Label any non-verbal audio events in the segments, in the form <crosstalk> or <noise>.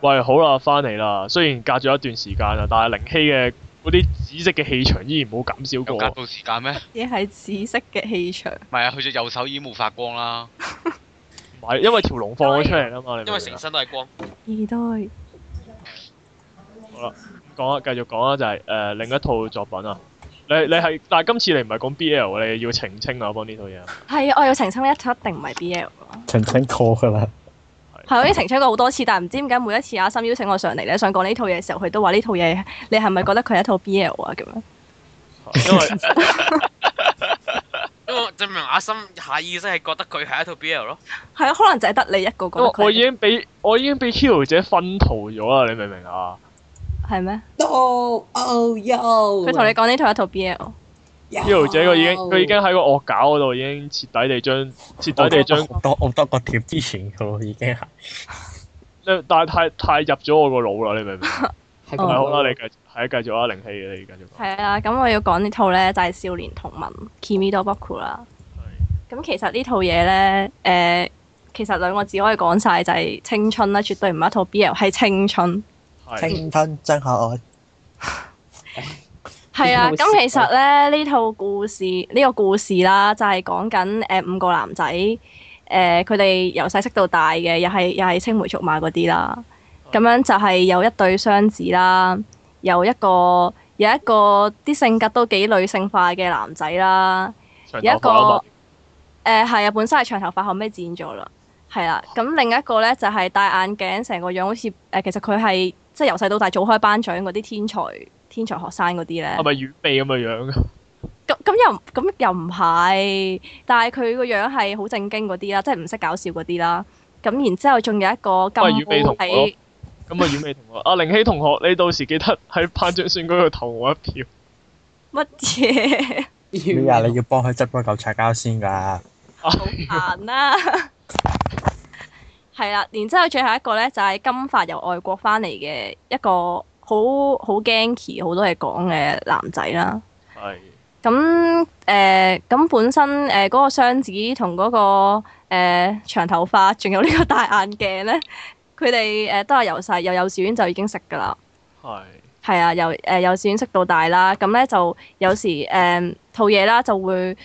喂，好啦，翻嚟啦。雖然隔咗一段時間啦，但係靈希嘅嗰啲紫色嘅氣場依然冇減少有隔過。到時間咩？ <laughs> 唔嘢係紫色嘅氣場，係啊，佢隻右手已經冇發光啦。唔係，因為條龍放咗出嚟啦啊嘛。你因為為成身都係光，二代講啊，繼續講啊，就係、呃另一套作品啊。你你係，但係今次你唔係講 BL，你要澄清啊，幫呢套嘢。係啊，我要澄清呢一套一定唔係 BL 咯。澄清過㗎啦。係我已經澄清過好多次，但係唔知點解每一次阿森邀請我上嚟咧，想講呢套嘢嘅時候，佢都話呢套嘢你係咪覺得佢係一套 BL 啊？咁樣因為因為證明阿森下意識係覺得佢係一套 BL 咯。係啊，可能就係得你一個覺因得為我佢已經俾我已經俾 Hero 姐分圖咗啦，你明唔明啊？係咩？都哦喲，佢同你講呢套係一套 BL， Hero 姐佢已經哦佢已經喺個惡搞嗰度已經徹底地將徹底地將，我多我多個貼之前嘅喎，已經係。但係太太入咗我個腦啦，你明唔明 <laughs> 啊？係係哦好啦，你繼係繼續啊，靈氣嘅你繼續講。係啊，咁我要講呢套咧就係少年同盟 Kimi no Boku 啦。咁其實呢套嘢咧，誒、其實兩個字可以講晒就係青春啦，絕對唔係一套 BL，係青春。係青春真可愛。係啊，呢咁套其實咧呢套故事呢、個故事啦，就係講緊誒五個男仔，誒佢哋由細識到大嘅，又係又係青梅竹馬嗰啲啦。咁樣就係有一對雙子啦，有一個有一個啲性格都幾女性化嘅男仔啦。長有一頭髮啊嘛個誒係啊，本身係長頭髮，後尾剪咗啦，係啦。咁另一個咧就係、戴眼鏡，成個樣好似誒、呃其實佢係即係由細到大早開班長嗰啲天才天才學生嗰啲咧係。咪軟鼻咁嘅樣 <laughs> 㗎？咁咁又咁又唔係，但係佢個樣係好正經嗰啲啦，即係唔識搞笑嗰啲啦。咁然之後仲有一個金喂與美毛同學咯喺咁啊軟鼻同學，阿靈氣同學，你到時記得喺班長選舉度投我一票。乜嘢 <laughs> 咩啊？你要幫佢執嗰嚿擦膠先㗎。行啦？啊 <laughs> 係啦，然之後最後一個咧就係、金髮由外國翻嚟嘅一個好好 ganky 好多嘢講嘅男仔啦。係咁誒，咁、本身呃誒嗰、個雙子同嗰、個誒、呃、長頭髮，仲有呢個戴眼鏡咧，佢哋誒呃都係由細由幼稚園就已經識㗎啦。係係啊，由誒、呃幼稚園識到大啦，咁咧就有時誒、呃套嘢啦就會，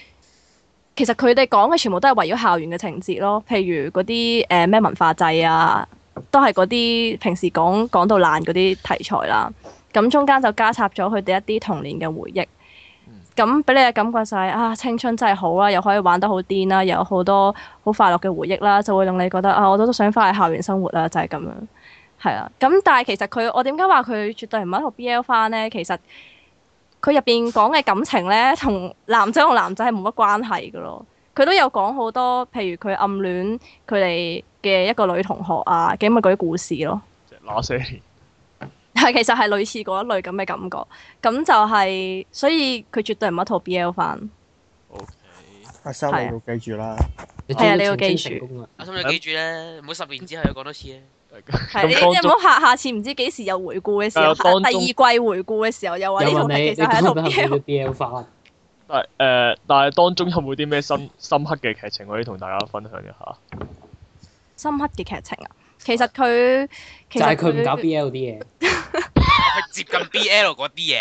其實佢哋講嘅全部都係圍繞校園嘅情節咯，譬如嗰啲誒咩文化祭啊，都係嗰啲平時講講到爛嗰啲題材啦。咁中間就加插咗佢哋一啲童年嘅回憶。咁俾你嘅感覺就係、啊，青春真係好啦，又可以玩得好癲啦，又有好多好快樂嘅回憶啦，就會令你覺得啊，我都都想翻去校園生活啊啦，就係、咁樣。係啊，咁但係其實佢，我點解話佢絕對唔係一套 BL 番咧？其實佢入邊講嘅感情咧，同男仔同男仔係冇乜關係嘅咯。佢都有講好多，譬如佢暗戀佢哋嘅一個女同學啊，咁咪嗰啲故事咯。 <laughs> 即係那些年係其實係類似嗰一類咁嘅感覺。咁就係、所以佢絕對唔係一套 BL 番。 ？OK。阿生係啊你要記住啦。係啊你要記住阿森你記住咧，唔好十年之後又講多次啊！係你咁當你唔中好下下次唔知幾時又回顧嘅時係啊候，當中下第二季回顧嘅時候又話呢又套問你，劇你其實係一套覺得係 BL。咪 B L 化？但係誒，但係當中有冇啲咩深深刻嘅劇情可以同大家分享一下？深刻嘅劇情啊！其實佢其就實係佢唔搞 B L 啲嘢，係接近 BL 嗰啲嘢，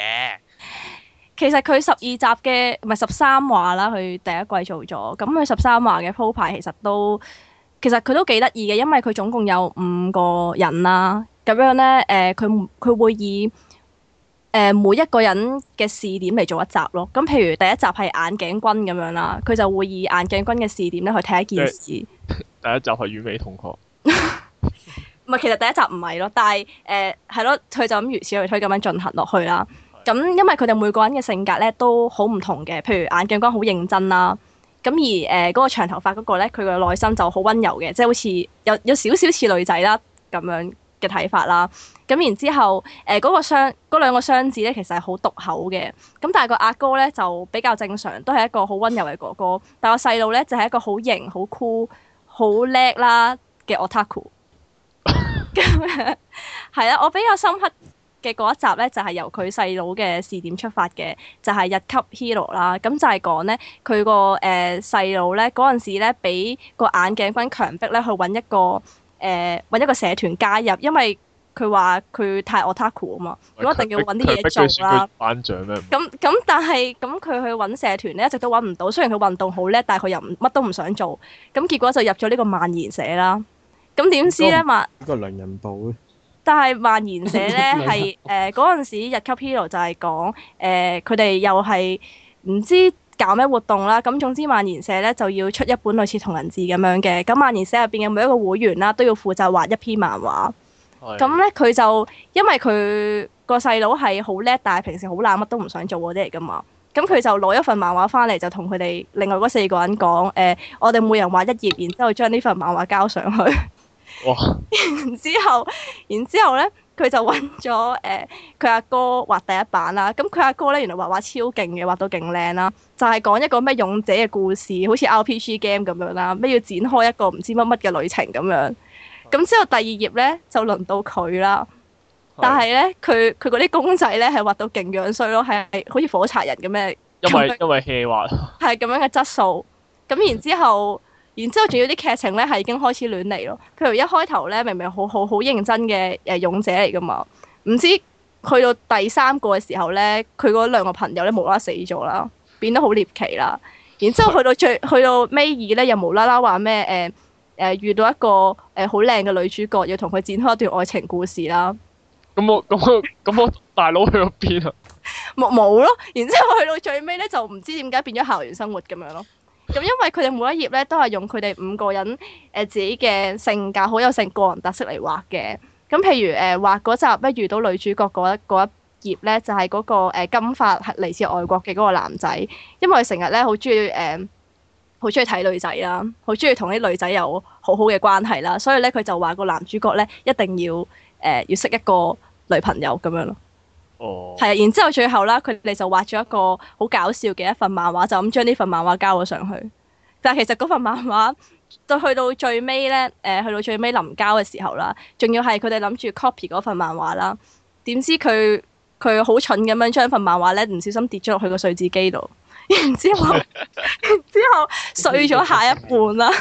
其實佢十二集嘅唔係十三話啦，佢第一季做咗，咁佢十三話嘅鋪排其實都其實佢都幾得意嘅，因為佢總共有五個人啦，咁樣咧誒，呃佢、佢會以誒、呃每一個人嘅試點嚟做一集咯。咁譬如第一集係眼鏡君咁樣啦，佢就會以眼鏡君嘅試點咧去睇一件事。第一集係軟美同學，唔係，其實第一集唔係咯，但係誒係咯，佢就咁如此類推咁樣進行落去啦。咁因為佢哋每個人嘅性格咧都好唔同嘅，譬如眼鏡哥好認真啦，咁而誒嗰、個長頭髮嗰個咧，佢嘅內心就好温柔嘅，即係好似有有少少似女仔啦咁樣嘅睇法啦。咁然之後誒嗰、個雙嗰兩個雙子咧，其實係好毒口嘅。咁但係個阿哥咧就比較正常，都係一個好温柔嘅哥哥。但係個細路咧就係、一個好型、好酷、好叻啦嘅 otaku。係啦，我比較深刻嘅嗰一集咧，就係、由佢細佬嘅視點出發嘅，就係、日級 hero 啦。咁就係講咧，佢個誒細佬咧嗰陣時咧，俾個眼鏡軍強迫咧去揾一個誒揾、一個社團加入，因為佢話佢太 otaku 啊嘛，咁一定要揾啲嘢做啦。頒獎咩？咁咁，但係咁佢去揾社團咧，一直都揾唔到。雖然佢運動好叻，但係佢又唔乜都唔想做。咁結果就入咗呢個蔓延社啦。咁點知咧，都蔓呢個良人部但係蔓延社咧係明誒嗰陣時日級 hero 就係講誒佢哋又係唔知搞咩活動啦。咁總之蔓延社咧就要出一本類似同人誌咁樣嘅。咁蔓延社入邊嘅每一個會員啦，都要負責畫一篇漫畫。係咁咧佢就因為佢個細佬係好叻，但係平時好懶，乜都唔想做嗰啲嚟噶嘛。咁佢就攞一份漫畫翻嚟，就同佢哋另外嗰四個人講：誒、呃我哋每人畫一頁，然之後將呢份漫畫交上去。 <laughs> 哇，然之後，然之後咧，佢就揾咗誒佢阿哥畫第一版啦。咁佢阿哥咧，原來畫畫超勁嘅，畫到勁靚啦。就係、講一個咩勇者嘅故事，好似 RPG game 咁樣啦，咩要展開一個唔知乜乜嘅旅程咁樣。咁之後第二頁咧，就輪到佢啦。但係咧，佢佢嗰啲公仔咧係畫到勁樣衰咯，係係好似火柴人咁嘅，因為因為 hea 滑，係咁樣嘅質素。咁然之後，然之後仲要啲劇情咧係已經開始亂嚟咯。譬如一開頭咧，明明好好好認真嘅誒勇者嚟噶嘛，唔知去到第三個嘅時候咧，佢嗰兩個朋友咧無啦啦死咗啦，變得好獵奇啦。然之後去到最去到尾二咧，又無啦啦話咩誒誒遇到一個誒好靚嘅女主角，要同佢展開一段愛情故事啦。咁我咁我咁我大佬去咗邊啊？冇冇咯，然之後去到最尾咧就唔知點解變咗校園生活咁樣咯。咁因為佢哋每一頁咧都係用佢哋五個人誒、呃自己嘅性格好有性個人特色嚟畫嘅。咁譬如誒、呃、畫嗰集咧遇到女主角嗰一嗰一頁咧就係、嗰、個、呃、金髮係嚟自外國嘅嗰個男仔，因為佢成日咧好中意誒好中意睇女仔啦，好中意同啲女仔有好好嘅關係啦，所以咧佢就話個男主角咧一定要誒、呃要識一個女朋友咁樣咯。哦，係啊，然之後最後啦，佢哋就畫咗一個好搞笑嘅一份漫畫，就咁將呢份漫畫交咗上去。但係其實嗰份漫畫到去到最尾咧，誒、去到最尾臨交嘅時候啦，仲要係佢哋諗住 copy 嗰份漫畫啦，點知佢佢好蠢咁樣將份漫畫咧唔小心跌咗落去個碎紙機度，然之後然之後碎咗下一半啦，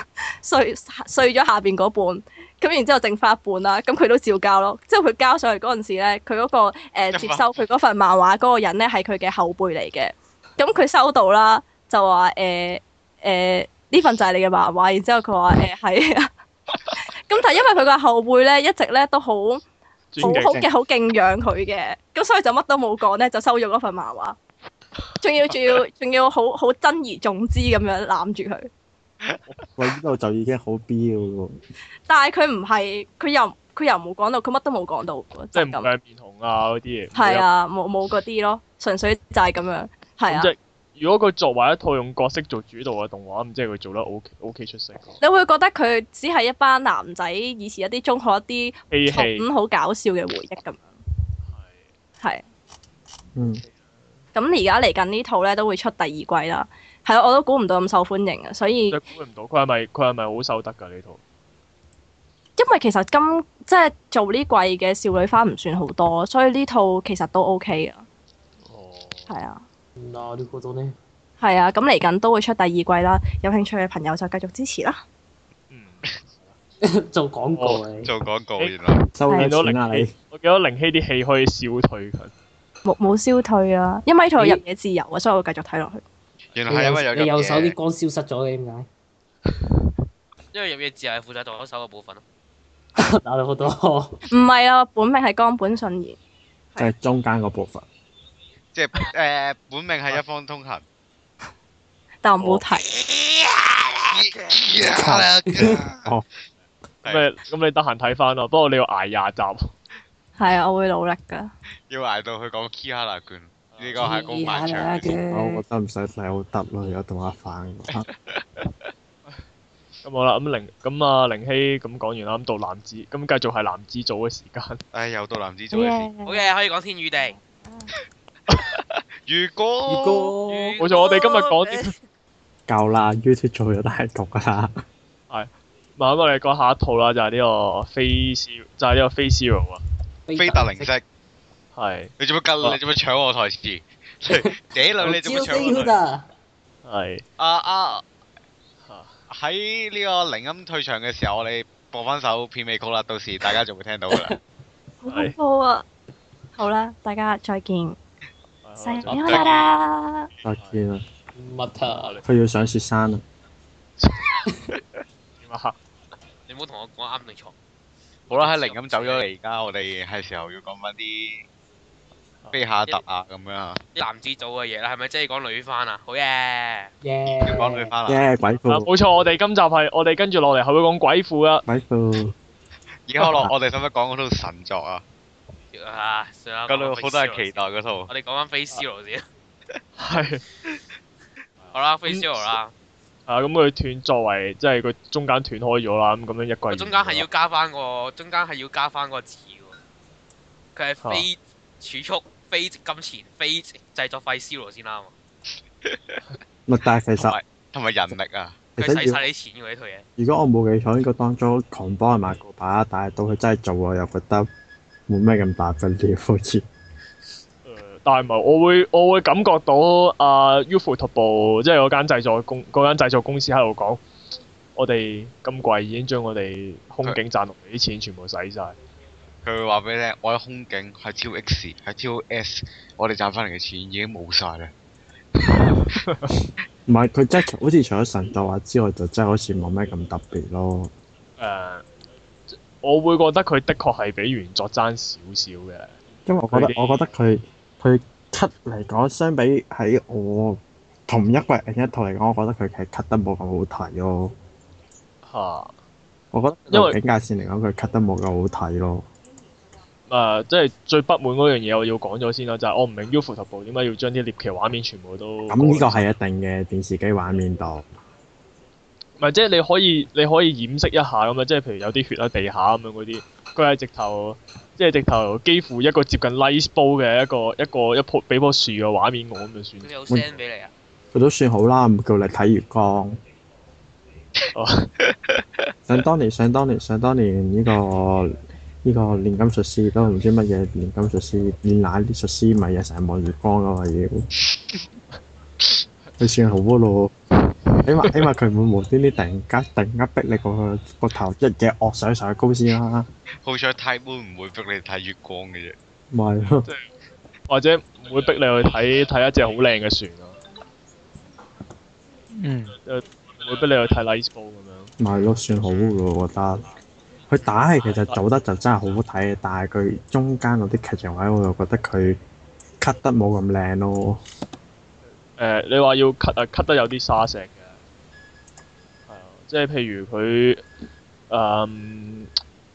碎碎咗下邊嗰半。咁然之後剩翻一半啦，咁佢都照交咯。之後佢交上去嗰陣時咧，佢嗰、個、呃、接收佢嗰份漫畫嗰個人咧係佢嘅後輩嚟嘅。咁佢收到啦，就話誒誒呢份就係你嘅漫畫。然之後佢話誒係 <laughs> 啊。咁但係因為佢個後輩咧一直咧都好好尊敬好嘅好敬仰佢嘅，咁所以就乜都冇講咧，就收咗嗰份漫畫。仲要仲要 <laughs> 仲要好好珍而重之咁樣攬住佢。喂，呢度就已經好 B 嘅喎。但係佢唔係，佢又佢又冇講到，佢乜都冇講到喎，即就係係唔咁。計面紅啊嗰啲嘢。係。啊，冇冇嗰啲咯，純粹就係咁樣。係咁啊即，係如果佢作為一套用角色做主導嘅動畫，咁即係佢做得 O K O K 出色咯。你會覺得佢只係一班男仔以前一啲中學一嬉啲戲蠢好搞笑嘅回憶咁樣。係。嗯，咁而家嚟緊呢套咧都會出第二季啦。係啊咯，我都估唔到咁受歡迎啊，所以即係估唔到佢係咪佢係咪好收得㗎呢套？因為其實今即係做呢季嘅少女花唔算好多，所以呢套其實都 OK 啊。哦，係啊，なるほど <laughs> ね。係啊，咁嚟緊都會出第二季啦。有興趣嘅朋友就繼續支持啦。嗯，做廣告啊！你做廣告欸原來收見到咗凌錢啊你希，，我見到凌希啲戲可以消退佢。冇冇消退啊，因為呢套入嘢自由啊，所以我會繼續睇落去。原來係因為右有你樣右手啲嘢，光消失咗嘅，點 <laughs> 解？因為入嘢字係負責左手嘅部分咯。打到好多。唔係啊，本名係江本信彥，就係中間嗰部分。即係誒本命係一方通行。但我冇睇。 <laughs> 哦咁你咁你得閒睇翻咯，不過你要捱廿集。係啊，我會努力㗎。要捱到佢講 Kiara 卷，呢個係公漫啦長嘅。我覺得唔使睇好得咯，有動畫版嘅話。咁好啦，咁凌咁啊凌希咁講完啦，咁到男子咁繼續係男子組嘅時間。唉，又到男子組嘅事。好嘅，可以講天與地。如果哥，冇錯我哋今日講啲夠啦，YouTube 做咗大局啦。嗱咁我哋講下一套啦，就係呢個非 C 就係呢個非 Zero 啊，非特零式，係你做乜跟？你做乜搶我台詞？嗲女，你做乜搶我台詞？得。係啊啊啊！嚇喺呢個靈音退場嘅時候，我哋播翻首片尾曲啦，到時大家就會聽到噶啦。好恐怖啊！好啦，大家再見，係生日好快就見樂啦！再見啦，乜佢要上雪山啦。點啊你唔好同我講啱定錯。好啦，喺靈咁走咗嚟，而家我哋係時候要講翻啲飛下特啊咁樣啊，啲男子組嘅嘢啦，係咪即係講女翻啊？好嘢！耶！要講 <laughs> 佢翻啦。耶，鬼啊哦父，冇錯，我哋今集係我哋跟住落嚟係會講鬼啊父啦。鬼父，而家我落 <laughs> 我哋使唔使講嗰套神作啊？啊，算啦，嗰套好多人期期。待嗰套。我哋講翻 Face Zero 先。係。 <laughs> 好啦，Face Zero 啦，啊，咁佢斷作為即係佢中間斷開咗啦，咁咁樣一佢季。中間係要加翻個，中間係要加翻個字喎。佢係非儲蓄、非金錢、非製作費 Zero 先啱喎。咪但係其同實埋同埋人力啊，其佢使實要晒你錢喎呢套嘢。如果我冇記錯，應該當初狂幫人買個把，但係到佢真係做，我又覺得冇咩咁大不了，好似誒但係唔係，我會我會感覺到啊 Ufotable 即係嗰間製作公嗰間製作公司喺度講，我哋今季已經將我哋空警賺落嚟啲錢全部使晒。佢會話俾你聽，我喺空警，喺 T X，喺 T O S，我哋賺翻嚟嘅錢已經冇晒啦。唔係佢真係好似除咗神作畫之外，就真係好似冇咩咁特別咯。誒、我會覺得佢的確係比原作爭少少嘅。因為我覺佢得哋我覺得佢佢 cut 嚟講，相比喺我同一季另一套嚟講，我覺得佢其實 cut 得冇咁好睇咯。嚇、我覺得因為警戒線嚟講，佢 cut 得冇咁好睇咯。誒、呃即係最不滿嗰樣嘢，我要講咗先啦，就係、我唔明 Ufotable 點解要將啲獵奇畫面全部都咁呢個係啊一定嘅電視機畫面度，唔係，即係你可以你可以掩飾一下咁啊樣，即係譬如有啲血喺地下咁樣嗰啲，佢係直頭即係直頭幾乎一個接近 light ball 嘅一個一個一樖俾樖樹嘅畫面我咁就算佢。有 send 俾你啊？佢都算好啦，唔叫你睇月光。哦， <laughs> 想當年，想當年，想當年呢、個呢、個煉金術師都唔知乜嘢煉金術師，煉奶啲術師咪日成日望月光噶嘛要。佢算好咯，起碼起碼佢唔會無端端突然間突然間逼你個個頭一嘢惡上上去高先啦，好彩 Type Moon 唔會逼你睇月光嘅啫。咪係咯。或者唔會逼你去睇睇一隻好靚嘅船啊咯，嗯，唔會逼你去睇 light ball 咁樣。咪係咯，算好嘅喎，我覺得。佢打戲其實做得就真係好好睇嘅，但係佢中間嗰啲劇情位，我就覺得佢 cut 得冇咁靚咯。誒、你話要 cut 啊，cut 得有啲沙石嘅，係啊，即係譬如佢誒、嗯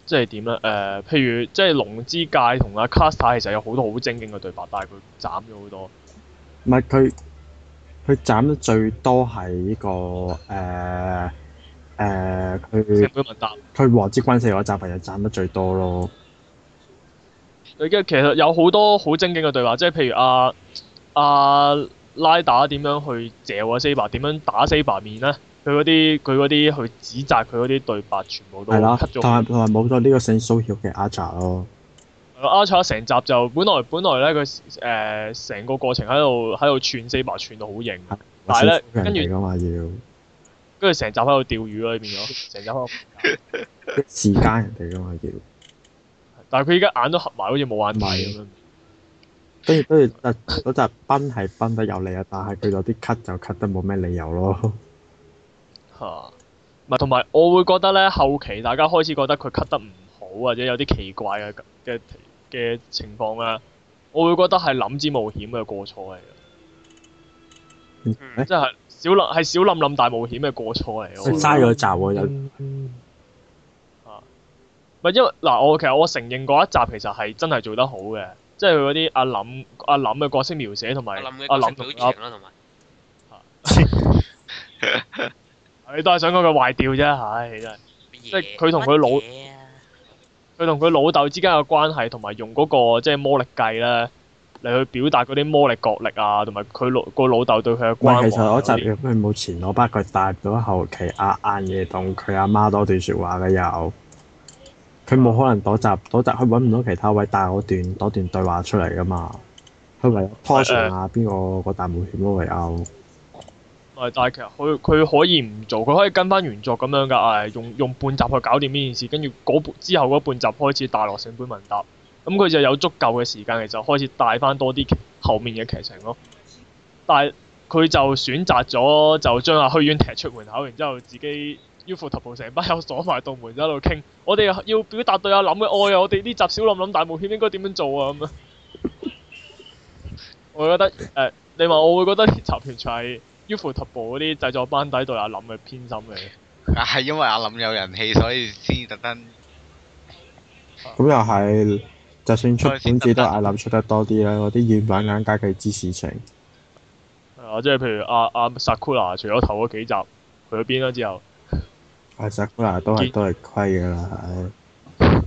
即係點咧？誒、譬如即係龍之介同阿卡斯泰其實有好多好精勁嘅對白，但係佢斬咗好多。唔係佢佢斬得最多係呢、個誒誒，成佢本問答，佢王之軍四嗰集咪又斬得最多咯。跟住其實有好多好精警嘅對白，即係譬如阿、阿、拉打點樣去嚼啊 Saber，點樣打 Saber 面咧？佢嗰啲佢嗰啲去指責佢嗰啲對白，全部都係啦， cut 咗同好埋多。同埋冇咗呢個性騷擾嘅阿扎咯。阿查成集就本來本來咧佢誒成個過程喺度喺度串 Saber 串到好型，但係呢性騷擾人跟住嚟㗎嘛要跟住成集喺度釣魚啦，變咗成集喺度。時間人哋㗎嘛要，但係佢依家眼都合埋，好似冇眼睇咁樣。跟住跟住誒呃嗰集崩係崩得有理啊，但係佢有啲 cut 就 cut 得冇咩理由咯。嚇，唔係同埋我會覺得咧，後期大家開始覺得佢 cut 得唔好，或者有啲奇怪嘅嘅嘅情況啦，我會覺得係諗之冒險嘅過錯嚟嘅，誒嗯 <laughs> 即係小冧係小冧冧大冒險嘅過錯嚟嘅。我覺佢得嘥咗集喎有。嗯唔係因為嗱，我其實我承認嗰一集其實係真係做得好嘅，即係佢嗰啲阿林阿林嘅角色描寫同我埋諗嘅阿角啊林色同表情啦，同埋啊阿，你都係想講佢壞掉啫，唉真係。即係佢同佢老啊佢同佢老豆之間嘅關係，同埋用嗰、個即係魔力計咧嚟去表達嗰啲魔力角力啊，同埋佢老個老豆對佢嘅唔係關懷。啊其實嗰集佢冇前攞筆，佢帶到後期阿晏夜同佢阿媽多段説話嘅又，佢冇可能嗰集嗰集佢揾唔到其他位帶嗰段嗰段對話出嚟噶嘛，佢唯有拖上啊邊個個大冒險咯唯有，但係其實佢佢可以唔做，佢可以跟翻原作咁樣㗎，誒用用半集去搞掂呢件事，跟住嗰半之後嗰半集開始大落成本問答，咁佢就有足夠嘅時間，其實開始帶翻多啲後面嘅劇情咯。但係佢就選擇咗就將阿虛淵踢出門口，然之後自己 UFO 成班友鎖埋道門喺度傾，我哋要表達對阿林嘅愛啊！我哋呢集小林林大冒險應該點樣做啊？咁樣，我覺得誒、呃你話我會覺得呢集完全係 UFO 嗰啲製作班底對阿林嘅偏心嚟。係因為阿林有人氣，所以先特登咁又係，就算出本字都係諗出得多啲啦。嗰啲要玩眼加計知事情，係啊，即係譬如阿阿 Sakura，除咗頭嗰幾集去咗邊啦之後，阿 s a k u 都係結都係虧噶啦。唉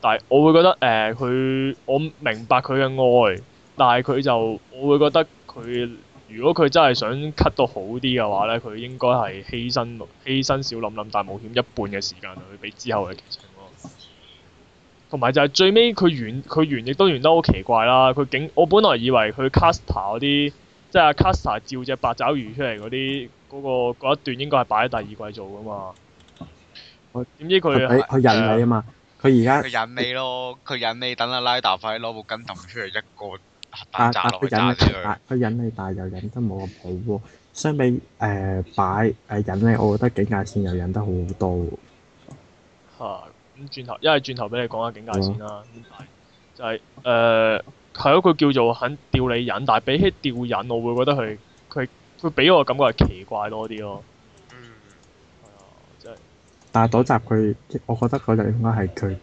但係我會覺得誒佢、我明白佢嘅愛，但係佢就我會覺得佢如果佢真係想 cut 到好啲嘅話咧，佢應該係犧牲犧牲小林林大冒險一半嘅時間去俾之後嘅劇情咯。同埋就係最尾佢完佢完亦都完得好奇怪啦！佢竟我本來以為佢 Caster 嗰啲即係阿 Caster 照只八爪魚出嚟嗰啲嗰個嗰一段應該係擺喺第二季做噶嘛我。點知佢佢俾佢引你啊嘛，佢而家佢引你咯，佢引你等阿拉達快啲攞部筋揼出嚟一個但但彈炸啊落佢去炸引死你佢。但佢引你，但係又引得冇咁好喎。相比誒擺誒引你，我覺得警戒線又引得好好多喎。嚇，啊咁轉頭，因為轉頭俾你講下警戒線啦。咁但係就係誒係咯，佢叫做肯吊你癮，但係比起吊癮，我會覺得佢佢佢俾我感覺係奇怪多啲咯。嗯，係啊，即係但係嗰集佢，我覺得嗰集應該係佢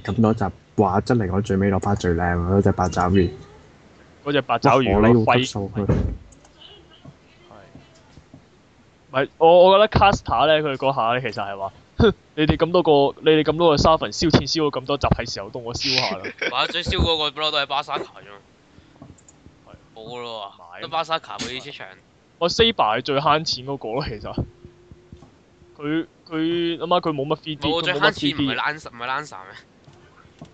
誒咁多集畫質嚟講最尾嗰 part 最靚啊嗰隻八爪魚，嗰隻八爪魚我呢嗰個要級揮數啊佢。係。唔係，我我覺得 Caster 咧，佢嗰下咧其實係話， <laughs> 哼你哋咁多個，你哋咁多個沙粉燒錢燒咗咁多集，係時候到我燒下啦。或者最燒嗰個不嬲都係巴沙卡啫嘛，冇咯買喎，得巴沙卡佢出場，我 Saber 係最慳錢嗰個咯，其實。佢佢諗下佢冇乜 3D，佢冇最冇慳乜錢 3D 唔係 Lancer 唔係 Lancer 咩？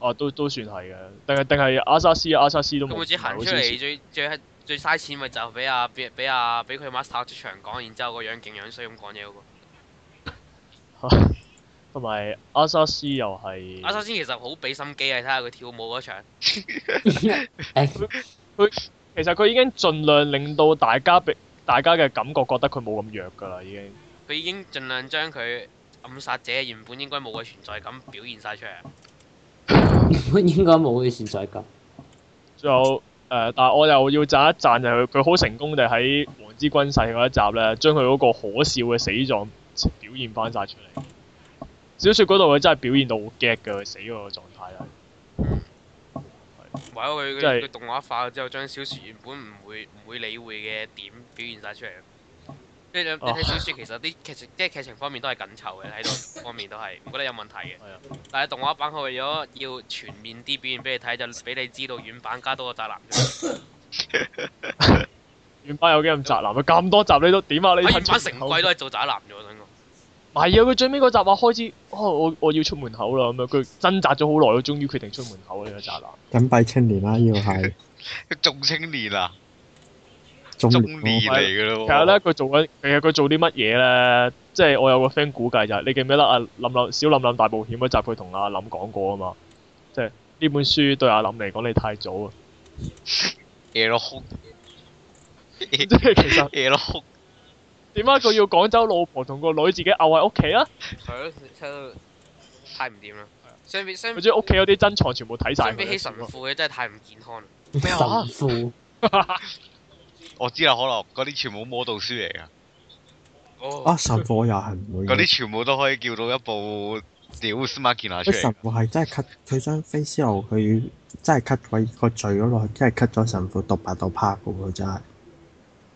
啊，都都算係嘅，定係定係阿沙斯啊阿沙斯都咁冇。佢只行冇黐出線嚟最最最嘥錢咪就俾阿俾俾阿俾佢 master 出場講，然之後個樣勁樣衰咁講嘢嗰個。同埋阿沙斯又係。啊阿首先其實好俾心機啊，睇下佢跳舞嗰場。誒，其實佢已經盡量令到大家俾大家嘅感覺覺得佢冇咁弱㗎啦，已經。佢已經盡量將佢暗殺者原本應該冇嘅存在感表現晒出嚟。應該冇嘅存在感。仲有誒、呃但係我又要讚一讚就係佢，佢好成功地喺《黃之軍勢》嗰一集咧，將佢嗰個可笑嘅死狀表現翻晒出嚟。小説嗰度佢真係表現到好 get 㗎，佢死嗰個狀態啊係。或者佢即係佢佢動畫化之後，將小説原本唔會唔會理會嘅點表現晒出嚟。即係你哦睇小説，其實啲劇情即係劇情方面都係緊湊嘅，喺度方面都係唔覺得有問題嘅係啊。但係動畫版佢為咗要全面啲表現俾你睇，就俾你知道原版加多個宅男出嚟。原版有幾咁宅男啊！咁多集你都點啊？你睇喺原版出成門口季都係做宅男咗，我想講。唔係啊！佢最尾嗰集話開始，哦，我我要出門口啦咁樣，佢掙扎咗好耐，佢終於決定出門口啦！呢啊個宅男，隱蔽青年啦，要係仲青年啊，中中年年喎嚟嘅咯喎。其啊實咧佢做緊，其實佢做啲乜嘢咧？即係我有個 friend 估計就係、你記唔記得啊阿林林小林林大冒險嗰集佢同阿林講過啊嘛？即係呢本書對阿林嚟講你太早啊！夜落哭，即係其實夜落哭，點解佢要廣州老婆同個女自己漚喺屋企啊？係咯，睇到太唔掂啦。相比相佢將屋企嗰啲珍藏全部睇晒相佢比嘅起書神喎。父，佢真係太唔健康啦。咩話神 <laughs> 父我知啦，可樂嗰啲全部魔道書嚟㗎，哦哦啊，，神父又係唔會嗰嘅。啲全部都可以叫到一部屌 Smart 健啲出哎神嚟。父係真係 cut 佢張 face 後，佢真係 cut 鬼個罪嗰度，真係 cut 咗神父獨白到拍嘅喎，真係。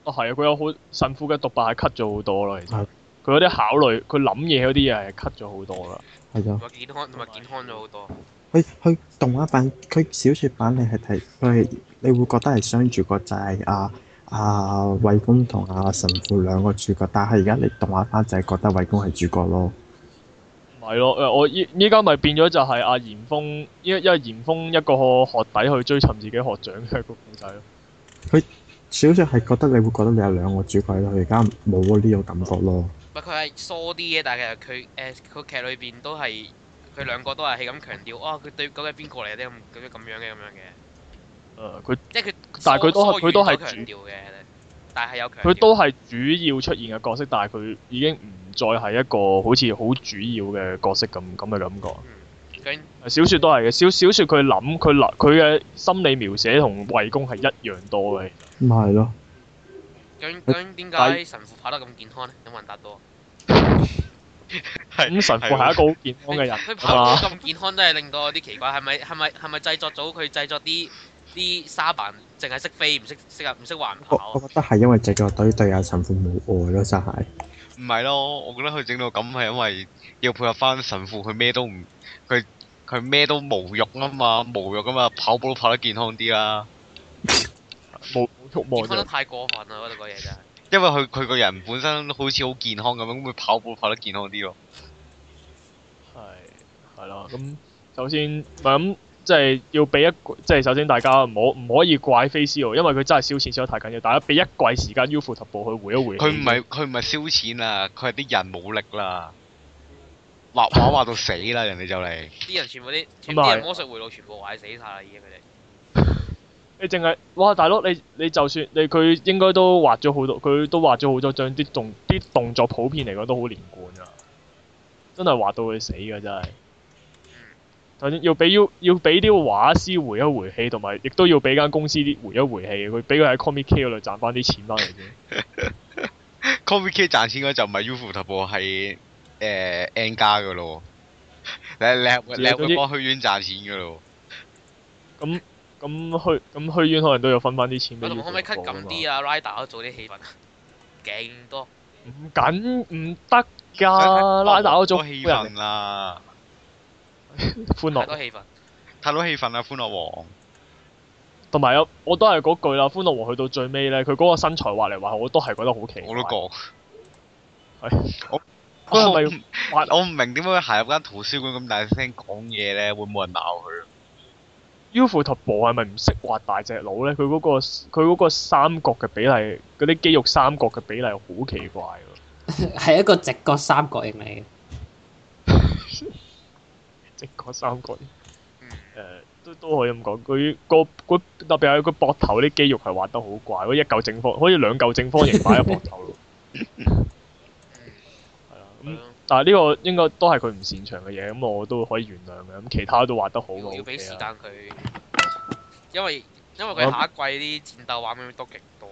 哦，係啊，佢有好神父嘅獨白係 cut 咗好多咯，其實係佢嗰啲考慮，佢諗嘢嗰啲嘢係 cut 咗好多啦。係啊同，埋健康，同埋健康咗好多。佢佢動畫版，佢小説版你係睇佢係，你會覺得係相主角就係阿阿衛公同阿神父兩個主角，但係而家你動畫版就係覺得衛公係主角咯。唔係咯，呃誒我依依家咪變咗就係阿嚴峰，因因為嚴峰一個學弟去追尋自己學長嘅一個故仔咯。小説係覺得你會覺得你有兩個主角喺度，而家冇呢種感覺咯。呃唔係佢係疏啲嘅，但係其實佢誒佢劇裏邊都係佢兩個都係係咁強調，哦，佢對究竟邊個嚟嘅咁咁咁樣嘅咁樣嘅，誒呃佢即係佢但係佢都係疏佢都係疏遠咗強調嘅，但係有強佢調都係主要出現嘅角色，但係佢已經唔再係一個好似好主要嘅角色咁咁嘅感覺。究竟小説都係嘅，小小説佢諗佢諗佢嘅心理描寫同衛宮係一樣多嘅。咁係咯，究竟究竟點解神父跑得咁健康咧？有冇人答到啊？咁神父係一個好健康嘅人 <laughs> 佢啊跑嘛。得咁健康真係令到我有啲奇怪，係咪係咪係咪製作組佢製作啲啲沙板淨係識飛唔識識啊唔識滑唔我哦跑我？覺得係因為製作隊對阿神父冇愛咯，真係。唔係咯，我覺得佢整到咁係因為要配合翻神父，佢咩都唔，佢佢咩都無欲啊嘛，無欲啊嘛，跑步都跑得健康啲啦。冇冇慾望健康得就太過分啦！我覺得嗰嘢真係。因為佢佢個人本身好似好健康咁樣，咁佢跑步跑得健康啲咯。係係啦。咁首先唔係咁，即係要俾一個即係首先大家唔可唔可以怪 Face 因為佢真係燒錢燒得太緊要。大家俾一季時間 U 富特部去回一回氣。佢唔係佢唔係燒錢啊，佢係啲人冇力啦，畫畫畫到死啦，人哋就嚟。啲人全部啲，全咁啊啲係人魔術回路全部壞死晒啦，已經佢哋。你淨係哇，大佬你你就算你佢應該都畫咗好多，佢都畫咗好多張啲動啲動作普遍嚟講都好連貫噶，真係畫到佢死噶真係。首先要俾要要俾啲畫師回一回氣，同埋亦都要俾間公司啲回一回氣，佢俾佢喺 Comic K 嗰度賺翻啲錢翻嚟先。 Coffee K 賺錢嗰就唔係 U 富特部係誒 N 加噶咯喎，你你你總會之幫虛淵賺錢噶咯咁咁虛咁虛淵可能都要分翻啲錢俾我同要可唔可以 cut 咁啲啊？Rider 都做啲氣氛，勁多。唔緊唔得喎。㗎，啊拉打嗰種多氣人氛啦，歡樂太多氣氛，太多氣氛啦，歡樂王。同埋有我都係嗰句啦，歡樂王去到最尾咧，佢嗰個身材畫嚟畫去，我都係覺得好奇怪。我都覺。係我佢係 <laughs> 咪我我唔明點解行入間圖書館咁大聲講嘢咧，會冇人鬧佢？ Ufo 特步係咪唔識畫大隻佬咧？佢嗰、個佢嗰個三角嘅比例，嗰啲肌肉三角嘅比例好奇怪喎。係一個直角三角形嚟 <laughs> 嘅。直角三角誒、嗯，都都可以咁講。佢個個特別係個膊頭啲肌肉係畫得好怪，好似一嚿正方，好似兩嚿正方形擺喺膊頭 <laughs> 度。係啊，係咁咯但係呢個應該都係佢唔擅長嘅嘢，咁我都可以原諒嘅。咁其他都畫得好啊好要要俾時嘅。間佢，因為因為佢下一季啲戰鬥畫面都極多。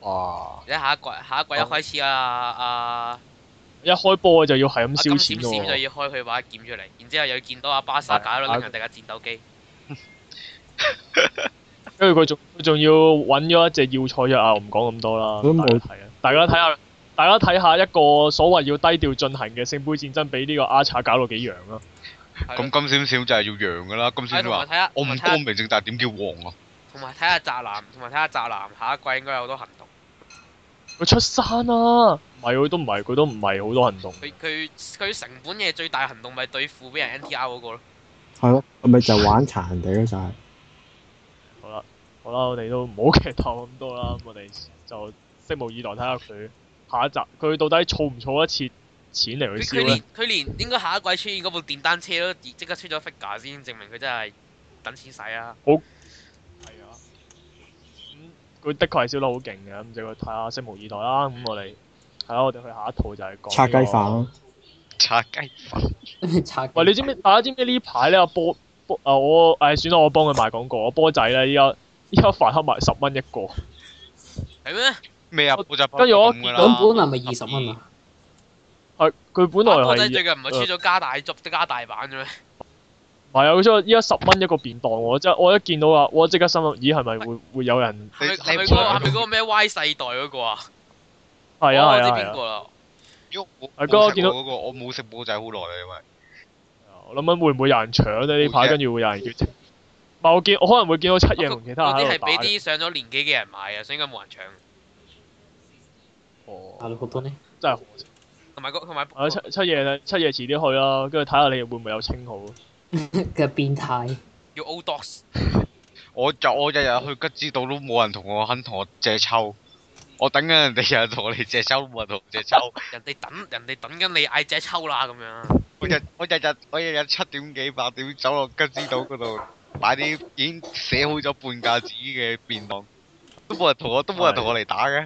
哇！你下一季下一季一開始啊啊一開波就要係啊咁金燒閃錢閃就喎。要開佢把劍出嚟，然之後又要見到阿巴薩搞到令人哋嘅戰鬥機，跟住佢仲佢仲要揾咗一隻要塞藥啊！我唔講咁多啦，咁大家睇啊！大家冇睇下，大家睇下一個所謂要低調進行嘅聖杯戰爭，俾呢個阿查搞到幾啊揚啦！係咁咯金閃閃就係要讓噶啦，金閃閃係哎同埋話睇下，我同唔埋睇光下，明正大點叫王啊？同埋睇下宅男，同埋睇下宅男下一季應該有好多行動。佢出山啦、唔係佢都唔係，佢都唔係好多行動。佢佢佢成本嘢最大行動咪對付俾人 NTR 嗰個咯，係咯，咪就玩殘人哋咯，就係。好啦，好啦，我哋都唔好劇透咁多啦，咁我哋就拭目以待睇下佢下一集佢到底儲唔儲得切錢嚟佢去佢燒咧連？佢連應該下一季出現嗰部電單車都即刻出咗 figure 先，證明佢真係等錢使啊！係啊，咁佢的確係燒得好勁嘅，咁就睇下拭目以待啦。咁我哋係啦，我哋去下一套就係講拆雞飯飯。咯，拆雞飯，拆喂，你知唔知？大家知唔知呢排咧？阿波波啊，我誒算啦，我幫佢賣廣告。阿波仔咧，依家依家飯盒賣十蚊一個，係咩？咩啊？我補習班跟住我咁㗎啦兩本係咪二十蚊啊？係佢本阿波仔來最係呃近唔係出咗加大作加大版嘅咩？唔係啊？佢所以依家十蚊一個便當，我真係我一見到啊，我即刻心諗，咦係咪會會有人係咪你係咪你嗰個冇啊係咪嗰個咩 Y 世代嗰個啊？係啊哦我係知啊邊係啊？個啦？因為我啊嗰個冇食見到過嗰個，我冇食煲仔好耐啦，因為啊我諗緊會唔會有人搶咧？呢排會啫跟住會有人叫。唔係我見，我可能會見到七夜嗰同其他人啲喺哦係度俾打嘅。啲上咗年紀嘅人買嘅，所以應該冇人搶。啊，哦，六 <laughs> 多呢？真係可惜。同埋嗰同埋啊，七七夜咧，七夜遲啲去啦，跟住睇下你會唔會有稱號。嘅變態，要 O Dogs，我就我日日去吉之島都冇人同我肯同我借 <laughs> 抽，我等緊人哋日日同我哋借抽，冇人同我借抽。人哋等人哋等緊你嗌姐抽啦咁樣。我日我日日我日日七點幾八點走落吉之島嗰度買啲已經寫好咗半價紙嘅便當，都冇人同我都冇人同我嚟打嘅。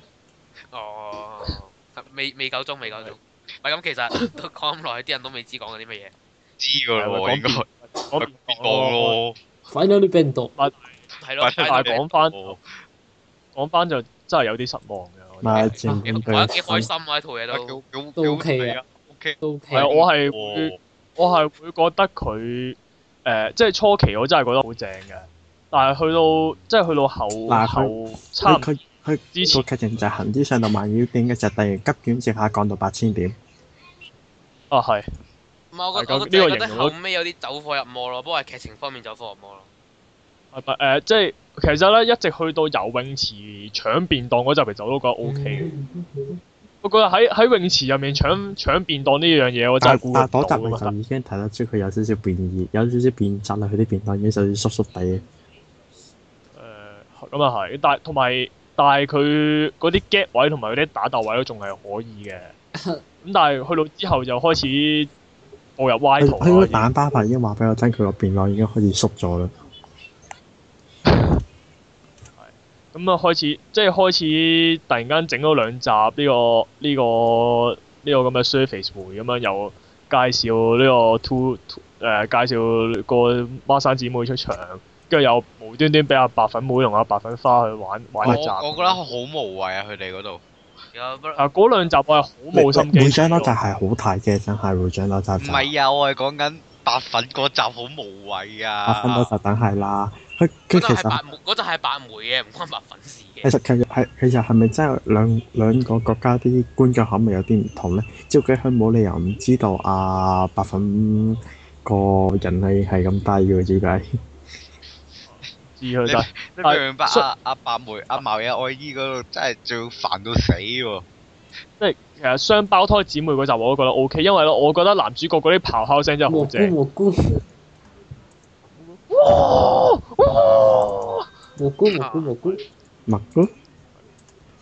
哦，未未夠鐘，未夠鐘。唔係咁，其實都講咁耐，啲人都未知講緊啲乜嘢。知噶啦啊喎，應該啊 <laughs> 講咪便當。咯。快啲啲病毒，係咯，但係講 <laughs> 翻哦講翻就真係有啲失望嘅。我唔覺得係幾前面我覺得幾開心啊！呢套嘢啊，都幾幾都 OK 嘅啊，OK 都 OK。係啊我係會喎。我係會覺得佢誒、呃即係初期我真係覺得好正嘅，但係去到即係去到後嗱佢後差唔多佢佢之個前劇情就係行之上到萬妖點嘅就突然急轉直下降到八千點，啊係唔係我覺係我咁覺得呢個覺得形後容尾有啲走火入魔咯，不過係劇情方面走火入魔咯。係咪誒？即係其實咧，一直去到游泳池搶便當嗰集，其實我都覺得 O K 嗯嘅。不過喺喺泳池入面搶搶便當呢樣嘢，我真但係估但唔到啊嗰集㗎咪嘛就已經睇得出佢有少少變異，有少少變質啦，佢啲便當已經有少少縮縮地。誒咁啊係，但同埋但係佢嗰啲 get 位同埋嗰啲打鬥位都仲係可以 <laughs> 嘅。咁但係去到之後就開始步入歪佢途佢個啦。蛋巴飯已經話俾我聽，佢個便當已經開始縮咗啦。咁啊開始即係開始突然間整咗兩集呢、個呢、個呢、個咁嘅 surface 回咁樣又介紹呢個 two 誒、介紹個孖生姊妹出場，跟住又無端端俾阿白粉妹同阿白粉花去玩玩我一集。我覺得好無謂啊！佢哋嗰度有不啊嗰兩集我係好冇心機睇咯。會長啊嗰集係好睇嘅，真係會長嗰唔集就。係啊，我係講緊白粉嗰集好無謂八分啊嗰。集等係啦。佢佢嗰其陣係實白梅，嗰陣係白梅嘅，唔關白粉事其嘅。實其實係其實係咪真係兩兩個國家啲觀眾口味有啲唔同咧？照計佢冇理由唔知道啊白粉個人氣係咁低嘅，照計。知佢你但你明唔明白啊？阿白梅、阿茅野愛衣嗰度真係最煩到死喎！即係其實雙胞胎姊妹嗰集我都覺得 O K，因為咧我覺得男主角嗰啲咆哮聲真係蘑好菇正。蘑菇哇哇蘑菇蘑菇蘑菇，麥咯，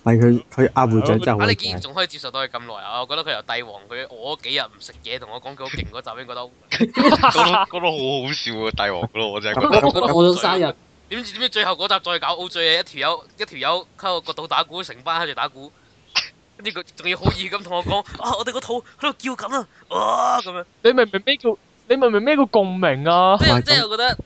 但係佢佢阿會長真係啊！好你竟正，然仲可以接受到佢咁耐啊！我覺得佢由帝王佢我嗰幾日唔食嘢，同我講佢好勁嗰集，已經嗰覺得度嗰度好好笑啊！帝王嗰度我真係覺得。我覺得我都生日，點知點知最後嗰集再搞 O 醉啊！一條友一條友喺個度打鼓，成班喺度打鼓，跟住佢仲要好易咁同我講 <laughs> 啊！我哋個肚喺度叫緊啊！啊咁樣，你明唔明咩叫？你明唔明咩叫共鳴啊即？唔係係咁即係我覺得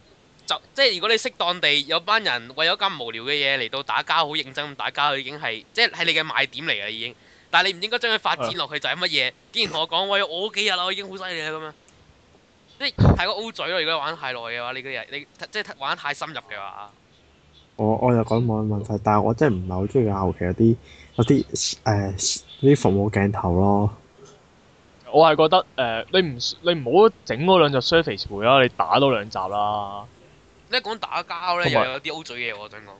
就即係如果你適當地有班人為咗咁無聊嘅嘢嚟到打交，好認真咁打交，已經係即係係你嘅賣點嚟嘅已經。但係你唔應該將佢發展落去就係乜啊嘢？竟然同我講喂，我嗰幾日啦，我已經好犀利啦咁樣。即係太過 O 嘴咯！如果玩太耐嘅話，你嗰日你即係玩太深入嘅話，我我又覺得冇乜問題，但係我真係唔係好中意佢後期有啲有啲誒啲服務鏡頭咯。我係覺得誒、呃你唔你唔好整嗰兩集 surface 回啦，你打多兩集啦。你一講打交咧，同又埋有啲 O 嘴嘢喎我想講。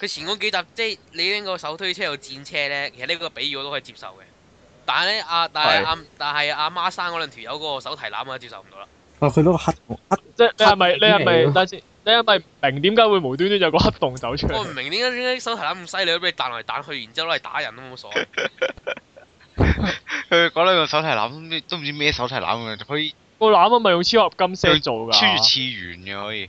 佢前嗰幾集即係你拎個手推車度戰車咧，其實呢個比喻我都可以接受嘅。但係咧阿但係係阿但係阿媽生嗰兩條友嗰個手提籃我接受唔到啦。啊，佢嗰個黑洞黑即係你係咪黑你洞嚟係咪咯等陣先？你係咪明點解會無端端有個黑洞走出我唔嚟？明點解點解手提籃咁犀利，俾你彈嚟彈去，然之後攞嚟打人都冇所 <laughs> 謂。佢嗰兩個手提籃都唔知咩手提籃嘅，可以個籃啊咪用超合金 set 做㗎。穿越次元嘅可以。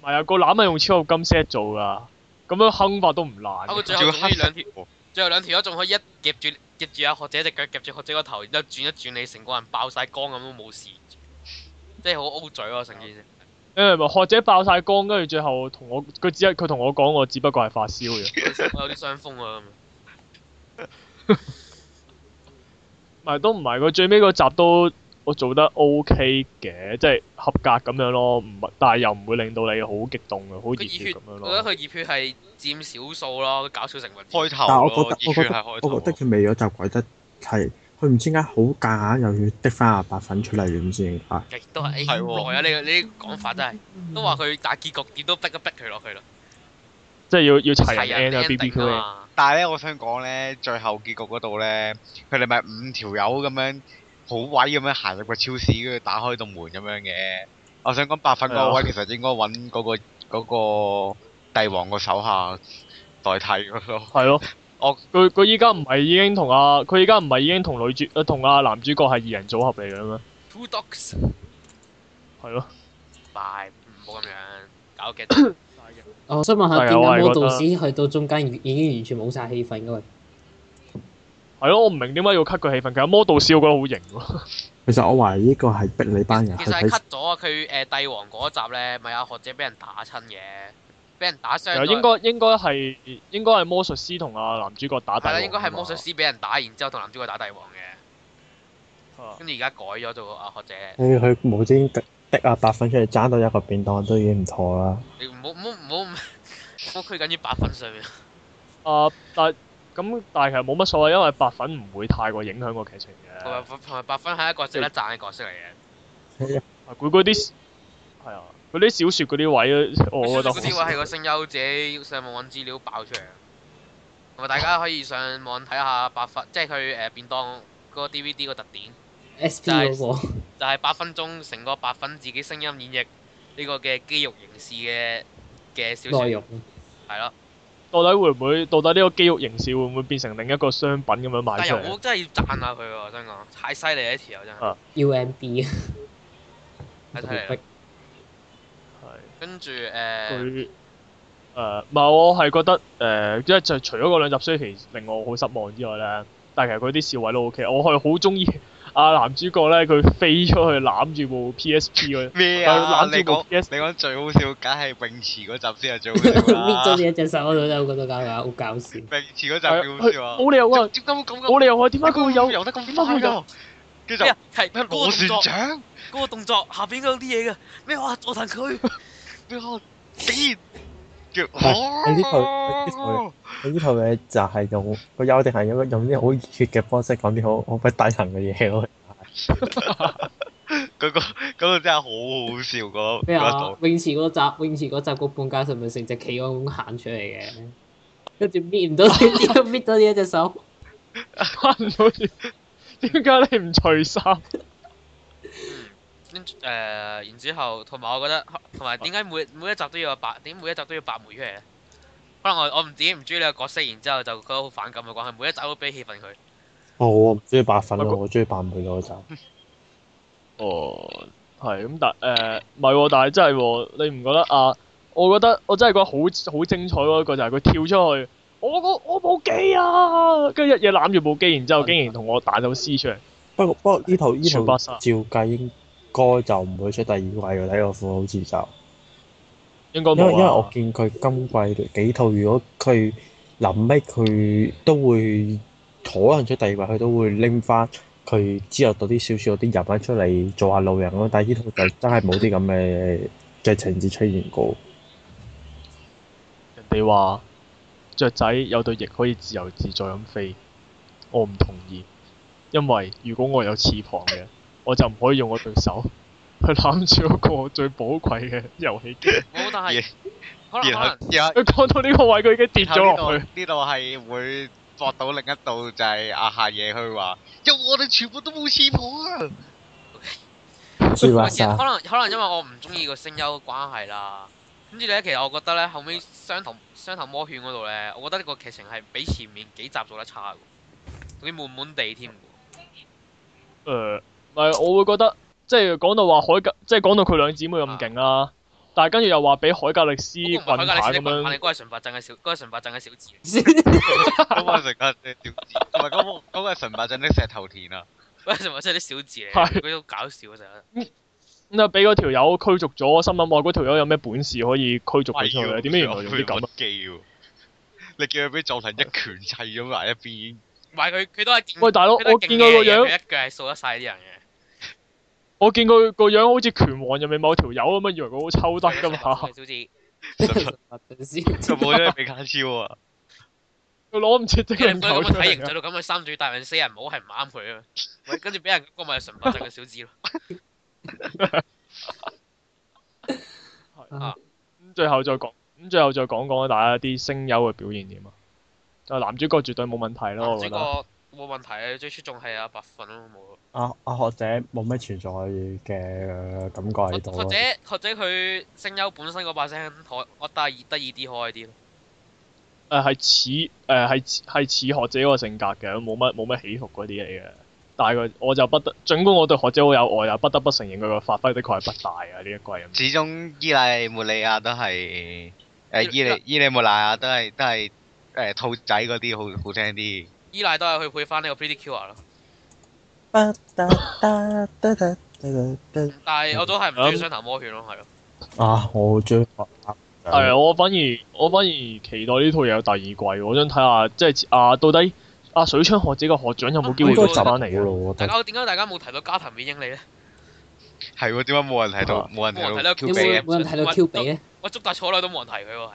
唔係啊，個籃係用超合金 set 做㗎，咁樣坑法都唔難啊，佢嘅。最仲要後仲可黑以兩色條，喎最後兩條友仲可以一夾住夾住阿學姐隻腳，夾住學姐個頭，然之後轉一轉你，成個人爆晒光咁都冇事，即係好 O 嘴咯成件事。你明唔明？學者爆晒光，跟住最後同我佢只係佢同我講，我只不過係發燒嘅。我有啲傷風啊咁。唔係都唔係，佢最尾嗰集都我做得 O K 嘅，即係合格咁樣咯，唔但係又唔會令到你好激動嘅，好熱佢熱血血，咁樣我覺咯。得佢熱血係佔少數咯，搞少成分。開頭但係咯我覺得，熱我血覺係得開頭我覺得喎。佢未咗就鬼得係，佢唔知點解好夾硬又要滴翻阿白粉出嚟，啊唔知點解。亦都係係喎誒耐啊！呢個呢啲講法真係都話佢大結局點都逼一逼佢落去咯，即係要要齊齊人 N 啊，B B Q N 啊嘛。但係咧，我想講咧，最後結局嗰度咧，佢哋咪五條友咁樣好威咁樣行入個超市，跟住打開道門咁樣嘅。我想講八分嗰個位其實應該揾嗰、個嗰、個帝王個手下代替嗰咯。係咯。我哦佢佢依家唔係已經同阿佢依家唔係已經同女主呃同阿男主角係二人組合嚟嘅咩？ Two dogs，係咯，拜，唔好咁樣搞嘅。我想問下係啊點我解係覺得 model 史去到中間已經完全冇晒氣氛嘅喂？係咯，我唔明點解要 cut 佢氣氛。其實 model 笑我覺得好型喎，其實我懷疑呢個係逼你班人其去實係睇 cut 咗啊！佢誒帝王嗰集咧，咪有學者俾人打親嘅，俾人打傷其實咗。應該應該係應該係魔術師同啊男主角打大王啊係啦，嘛。應該係魔術師俾人打，然之後同男主角打帝王嘅，啊跟住而家改咗做啊學者。你佢無端端滴啊八分出嚟爭到一個便當都已經唔妥啦。你唔好唔好唔好唔好拘緊於八分上面。啊，但咁但係其實冇乜所謂，因為白粉唔會太過影響個劇情同埋嘅。同埋八分係一個值得讚嘅角色嚟嘅。佢嗰啲係啊，嗰啲小説嗰啲位，我覺得嗰啲話係個聲優自己上網揾資料爆出嚟，同埋大家可以上網睇下八分，即係佢誒便當嗰個 DVD 個特點， SP 就係嗰個就係八分鐘成個八分自己聲音演繹呢個嘅肌肉凝視嘅嘅小內説，容，係咯。到底會唔會？到底呢個肌肉形式會唔會變成另一個商品咁樣但賣出係又我嚟？真係要讚下佢喎，真講太犀利啦！呢條友真係啊 UMB 啊， <laughs> 太犀利啦。係跟住誒，佢誒，唔係我係覺得誒，呃即係就除咗嗰兩集雖然令我好失望之外咧，但係其實佢啲笑位都 OK。我係好中意阿男主角咧，佢飛出去攬住部 PSP 嗰咩啊？攬你住部講 PS 你講最好笑，梗係泳池嗰集 <laughs> 先係最好搣笑咗啦。你一隻手嗰度真係覺得搞搞好搞笑。泳池嗰集係啊最好佢笑啊！冇理由啊！點解會咁嘅？冇理由啊！點解佢會有游得點咁解快會有㗎？跟住就咩啊係咩嗰個螺旋動作，槳？嗰個動作下邊嗰啲嘢嘅咩話座彈佢。咩啊？竟然叫係呢套呢套佢呢套嘢就係用個優定係用用啲好熱血嘅方式講啲好好不低能嘅嘢咯。嗰個嗰度真係好好笑嗰咩嗰啊度，？泳池嗰集，泳池嗰集個半家神咪成隻企鵝咁行出嚟嘅，跟住搣唔到 <laughs> 你，之後搣到你一 <laughs> 隻手，關唔到事？ <laughs> 點解你唔除衫？跟住誒，呃然之後同埋我覺得，同埋啊點解每每一集都要有白？點每一集都要白梅出嚟咧？可能我我唔自己唔中意呢個角色，然之後就覺得好反感嘅關係，每一集都俾氣氛佢。哦，我唔中意白粉不咯，過嗯我中意白妹咯就。哦，係咁，但誒唔係喎，但係真係喎，你唔覺得啊？我覺得我真係覺得好好精彩嗰一個就係佢跳出去，我個我部機啊，跟住一嘢攬住部機，然之後竟然同我打到撕出嚟，不過不過呢套呢全套白晒照計應該就唔會出第二季嘅，睇個款好似就。應該因為因冇為我啊。見佢今季幾套，如果佢臨尾佢都會可能出第二季，佢都會拎翻佢之後嗰啲小説嗰啲人物出嚟做下路人咯。但係呢套就真係冇啲咁嘅嘅情節出現過。人哋話雀仔有對翼可以自由自在咁飛，我唔同意，因為如果我有翅膀嘅，我就唔可以用我對手 <laughs> 去攬住嗰個最寶貴嘅遊戲機。冇，但 <laughs> 係可能然後可然後佢講到呢個位，佢已經跌然咗後落呢去度。呢度係會博到另一度就係阿夏夜去話，因為我哋全部都冇翅膀啊！<laughs> 輸白能曬可能可能因為我唔中意個聲優嘅關係啦。跟住咧，其實我覺得咧後尾雙頭雙頭魔犬嗰度咧，我覺得呢個劇情係比前面幾集做得差嘅，有啲悶悶地添喎。誒，呃唔係我會覺得，即係講到話海格，即係講到佢兩姊妹咁勁啦，但係跟住又話俾海格力斯嗰個唔係棍啊海格牌力咁斯棍棒，你樣，嗰個係純白鎮嘅小，嗰個係純白鎮嘅小智嚟。咁我成日隻小字，同埋嗰個嗰個係神馬鎮的石頭田啊！嗰陣咪真係啲小字嚟係嘅，佢都搞笑成日。咁啊俾嗰條友驅逐咗，心諗哇嗰條友有咩本事可以驅逐佢出去喂咧？點解原來用啲咁啊？機喎？你叫佢俾佐藤一拳砌咗埋一邊，唔係佢，佢都係勁喂大佬，佢都係我勁見佢個嘅樣，佢一腳係掃得晒啲人嘅。我見佢個樣好似拳王入面某條友咁樣，以為佢好抽得啊㗎嘛 <laughs> 小？智，先就 <laughs> 冇咗俾卡超啊！佢攞唔切精跟靈住佢球個出體型嚟做啊。到咁，佢三嘴大人死人唔好係唔啱佢啊！喂，跟住俾人嗰咪係純白鎮嘅 <laughs> 小智咯。咁最後再講，咁最後再講講大家啲聲優嘅表現點啊？啊男主角絕對冇問題咯，我呢覺個得。冇問題啊，最出眾係阿白粉咯，冇。阿阿啊學者冇咩存在嘅感覺喺度啊或咯者。或者佢聲優本身嗰把聲可我得意得意啲可愛啲咯。呃誒係似誒係似係似學者個性格嘅，冇乜冇乜起伏嗰啲嚟嘅。但係佢我就不得，儘管我對學姐好有愛，又不得不承認佢個發揮的確係不大啊！呢一季咁始終伊麗莫利亞都係誒伊伊利伊利莫利亞都係都係誒兔仔嗰啲好好聽啲。依賴都係去配翻呢個 Pretty Cure 咯。但嗯係我都係唔中意雙頭魔犬咯，係咯。 <laughs> 啊，我好中意學鴨仔係啊我反而我反而期待呢套嘢有第二季喎，我想睇下即係啊到底阿、水槍學姐個學長有冇機會應該攞集翻嚟啊冇嘅？咯，我覺得大家點解大家冇提到加藤美英利咧？係喎，點解冇人睇到啊冇人冇睇人到睇到 Q 有冇比人啊？有冇人睇到 Q 比咧？我捉大坐女都冇人提佢喎，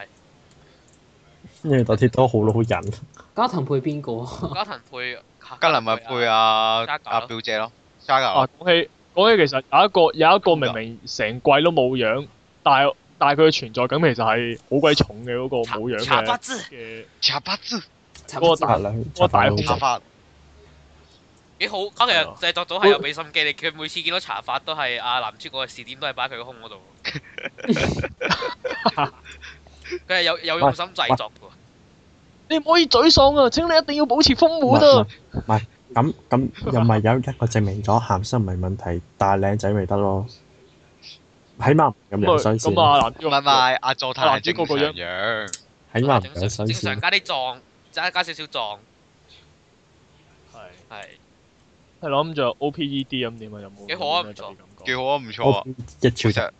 <laughs> 因為特鐵都好老人，加藤配邊個 <laughs> 啊？係加藤配吉林咪配阿加格阿咯表姐咯，加格啊咯講起講起其實有一個有一個明明成季都冇樣，但係但係佢嘅存在感其實係好鬼重嘅嗰、個冇樣查不嘅知嘅查巴茲插嗰個大大兩我大老查人法幾好。啊，其實製作組係有俾心機，你佢每次見到茶法都係阿男主角嘅視點都係擺佢個胸嗰度。佢係有有用心製作嘅喎。你唔可以沮喪啊！請你一定要保持豐唔滿係啊！唔係咁咁又咪有一個證明咗鹹濕唔係問題，但係靚仔咪得咯，起碼唔咁樣咁啊衰先咁，啊，男主角唔係唔係阿佐太係男主正角常個樣，起碼唔正樣啊常衰正先常。加啲撞，加加少少撞，係係係咯，咁仲有 OPED 咁點啊？有冇幾好啊有咩特別唔錯感覺幾好啊，唔錯啊我。一跳其就實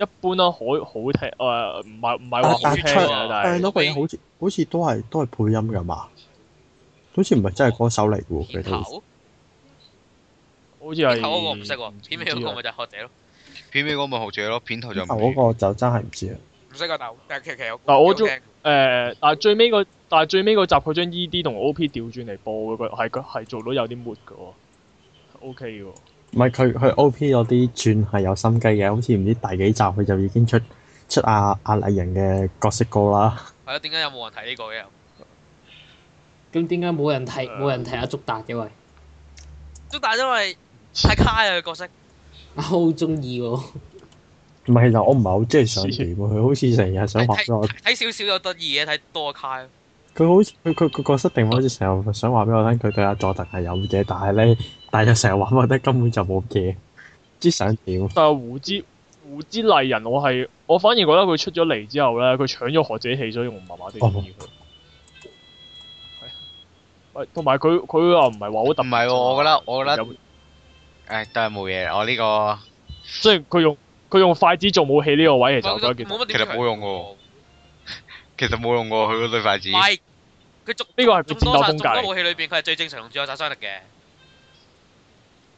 一般啦，好好聽誒，唔係唔係話好聽啊嘅，誒但係嗰個嘢好似好似都係都係配音㗎嘛，好似唔係真係歌手嚟嘅喎，佢片都頭好似片頭嗰個我唔係啊識喎，片尾嗰個咪就係學者咯，片尾嗰個咪學姐咯，片頭片就唔頭啊嗰個就真係唔知啊啦。唔識個但但其實其實有但我有中聽誒，但係最尾個但係最尾嗰集佢將 ED 同 OP 調轉嚟播嗰個係佢係做到有啲 mood 嘅喎，OK 嘅喎，唔係佢佢 O.P. 嗰啲轉係有心機嘅，好似唔知第幾集佢就已經出出阿阿麗人嘅角色歌啦。係咯，點解有冇人睇呢個嘅？咁點解冇人睇冇人睇阿竹達嘅喂？ <laughs> 都但係因為太卡啊佢角色，我好中意喎，唔係，其實我唔係好中意上點喎，佢好似成日想睇話俾我睇，睇少少有得意嘅，睇多個卡咯。佢好似佢佢佢個設定好似成日想話俾我聽，佢對阿佐特係有嘢，但係咧，但係又成日話俾我聽根本就冇嘢，唔知想點。 <laughs> 但係胡之胡之麗人我係我反而覺得佢出咗嚟之後咧，佢搶咗學姐戲，所以我麻麻地中意佢。係啊喂同埋佢佢又唔係話好特別啊唔係喎我覺得我覺得有誒都係冇嘢。我呢個即係佢用佢用筷子做武器呢個位，其實冇我覺得幾乜特別冇乜點其實冇用喎其實冇用過佢嗰對筷子唔。係佢仲呢個係佢仲戰多鬥風殺仲多格武器裏邊，佢係最正常同最有殺傷力嘅。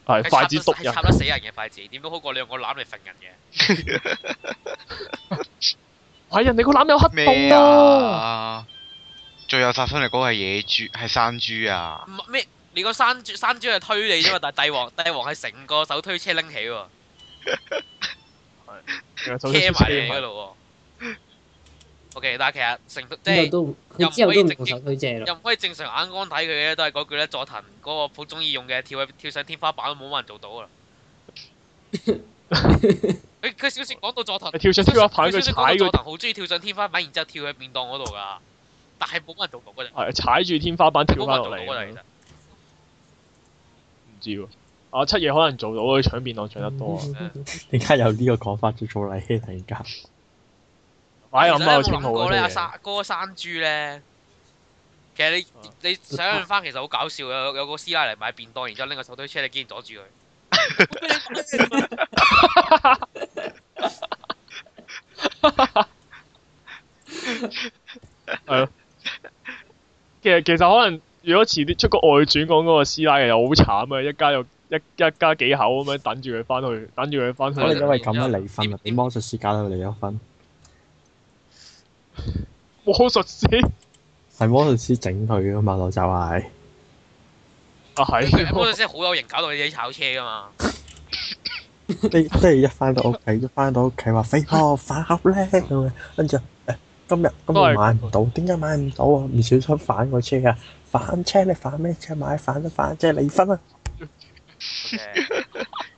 嚟，係係筷子篤篤人插。得死人嘅筷子，點都好過兩個攬嚟揈人嘅。係人哋個攬有黑咩洞啊！啊？最有殺傷力嗰個係野豬，係山豬啊！唔係咩？你個山豬山豬係推你啫嘛，但係帝王帝王係成個手推車拎起喎，車車埋你嗰度喎。OK，但係其實成之即後係都唔佢之後都唔用手推借又啦。唔可以正常眼光睇佢嘅，都係嗰句咧。佐藤嗰個好中意用嘅跳喺跳上天花板都冇乜人做到㗎啦。佢佢小説講到佐藤你跳上天花板佢踩小說講到佐嗰藤好中意跳上天花板，然之後跳喺便當嗰度㗎，但係冇乜人做到㗎咋，係踩住天花板跳冇乜翻人落做到嚟㗎咁樣咋，其實。。唔知喎，啊七爺可能做到，佢搶便當搶得多啊！嗯嗯點解有呢個講法做做嚟？突然間擺哎咁啊其實呢多有冇稱號諗過咧？阿山嘅嗰個山豬咧，其啊實你你想象翻其實好搞笑嘅，有有個師奶嚟買便當，然之後拎個手推車，你竟然阻住 <laughs> 佢。其實其實可能如果遲啲出個外傳講嗰個師奶，其實好慘啊！一家有一一家幾口咁樣等住佢翻去，等住佢翻去可能因嚟。為咁樣離婚啦，俾魔術師搞到佢離咗婚，魔術師 <laughs> 係魔術師整佢噶嘛，老就係。 <laughs> 啊係佢嗰喎，陣真係好有型，搞到你自己炒車 <laughs> 㗎嘛。即即係一翻到屋企，一翻到屋企話飛波飯盒咧咁樣，跟住誒今日今日買唔到，點解買唔到啊？唔小心反個車啊！反車你反咩車買？反都反車離婚啊！ OK，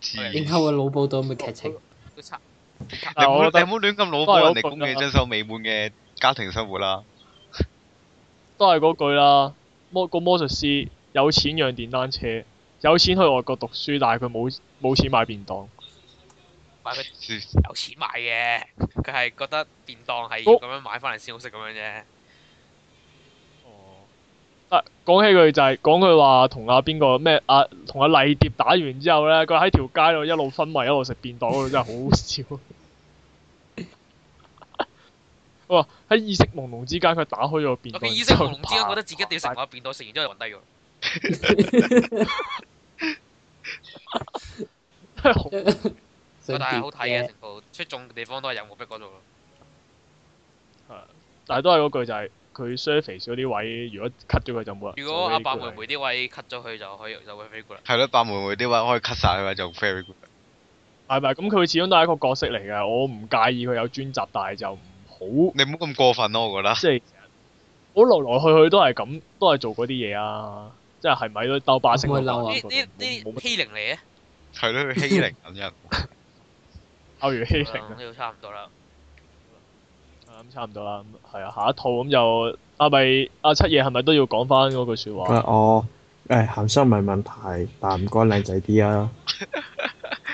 黐然後個腦補到咁嘅劇情，都差 <laughs> 你但唔我好覺你得唔好亂咁老都係火人嗰哋個公嘅㗎真修美滿嘅家庭生活啦。都係嗰句啦。魔個魔術師一有錢養電單車，有錢去外國讀書，但係佢冇冇錢買便當。買佢是有錢買嘅，佢係覺得便當係要咁樣買翻嚟先好食咁樣啫。哦，啊，講起佢就係講佢話同阿邊個咩啊，同阿麗蝶打完之後咧，佢喺條街度一路昏迷一路食便當嗰度，真係好好笑。 <laughs> 哇！喺意識朦朧之間，佢打開咗個便當。佢意識朦朧之間然後覺得自己一定要食埋個便當，食完之後就暈低咗。真係好但係好睇嘅，嘅。成部出眾嘅地方都係有目的嗰度咯。但係都係嗰句就係佢 surface 嗰啲位，如果 cut 咗佢就冇人。如果阿白梅就冇呢梅啲位 cut 咗佢，就可以就會飛過啦。係咯，白妹妹啲位可以 cut 晒佢就 <laughs> very good。句係咪？咁佢始終都係一個角色嚟嘅，我唔介意佢有專集，但係就唔好你唔好咁過分咯，我覺得。即係我來來去去都係咁，都係做嗰啲嘢啊！即係係咪都兜巴星唔會嗰嬲度？啊呢覺呢冇乜呢欺凌嚟嘅，係咯，佢欺凌緊人。歐如欺凌嗯呢度差唔多啦。啊咁差唔多啦。咁係啊，下一套咁就啊咪阿七爺係咪都要講翻嗰句説不哦話？過我啊哦誒鹹濕唔係問題，但唔該靚仔啲啊！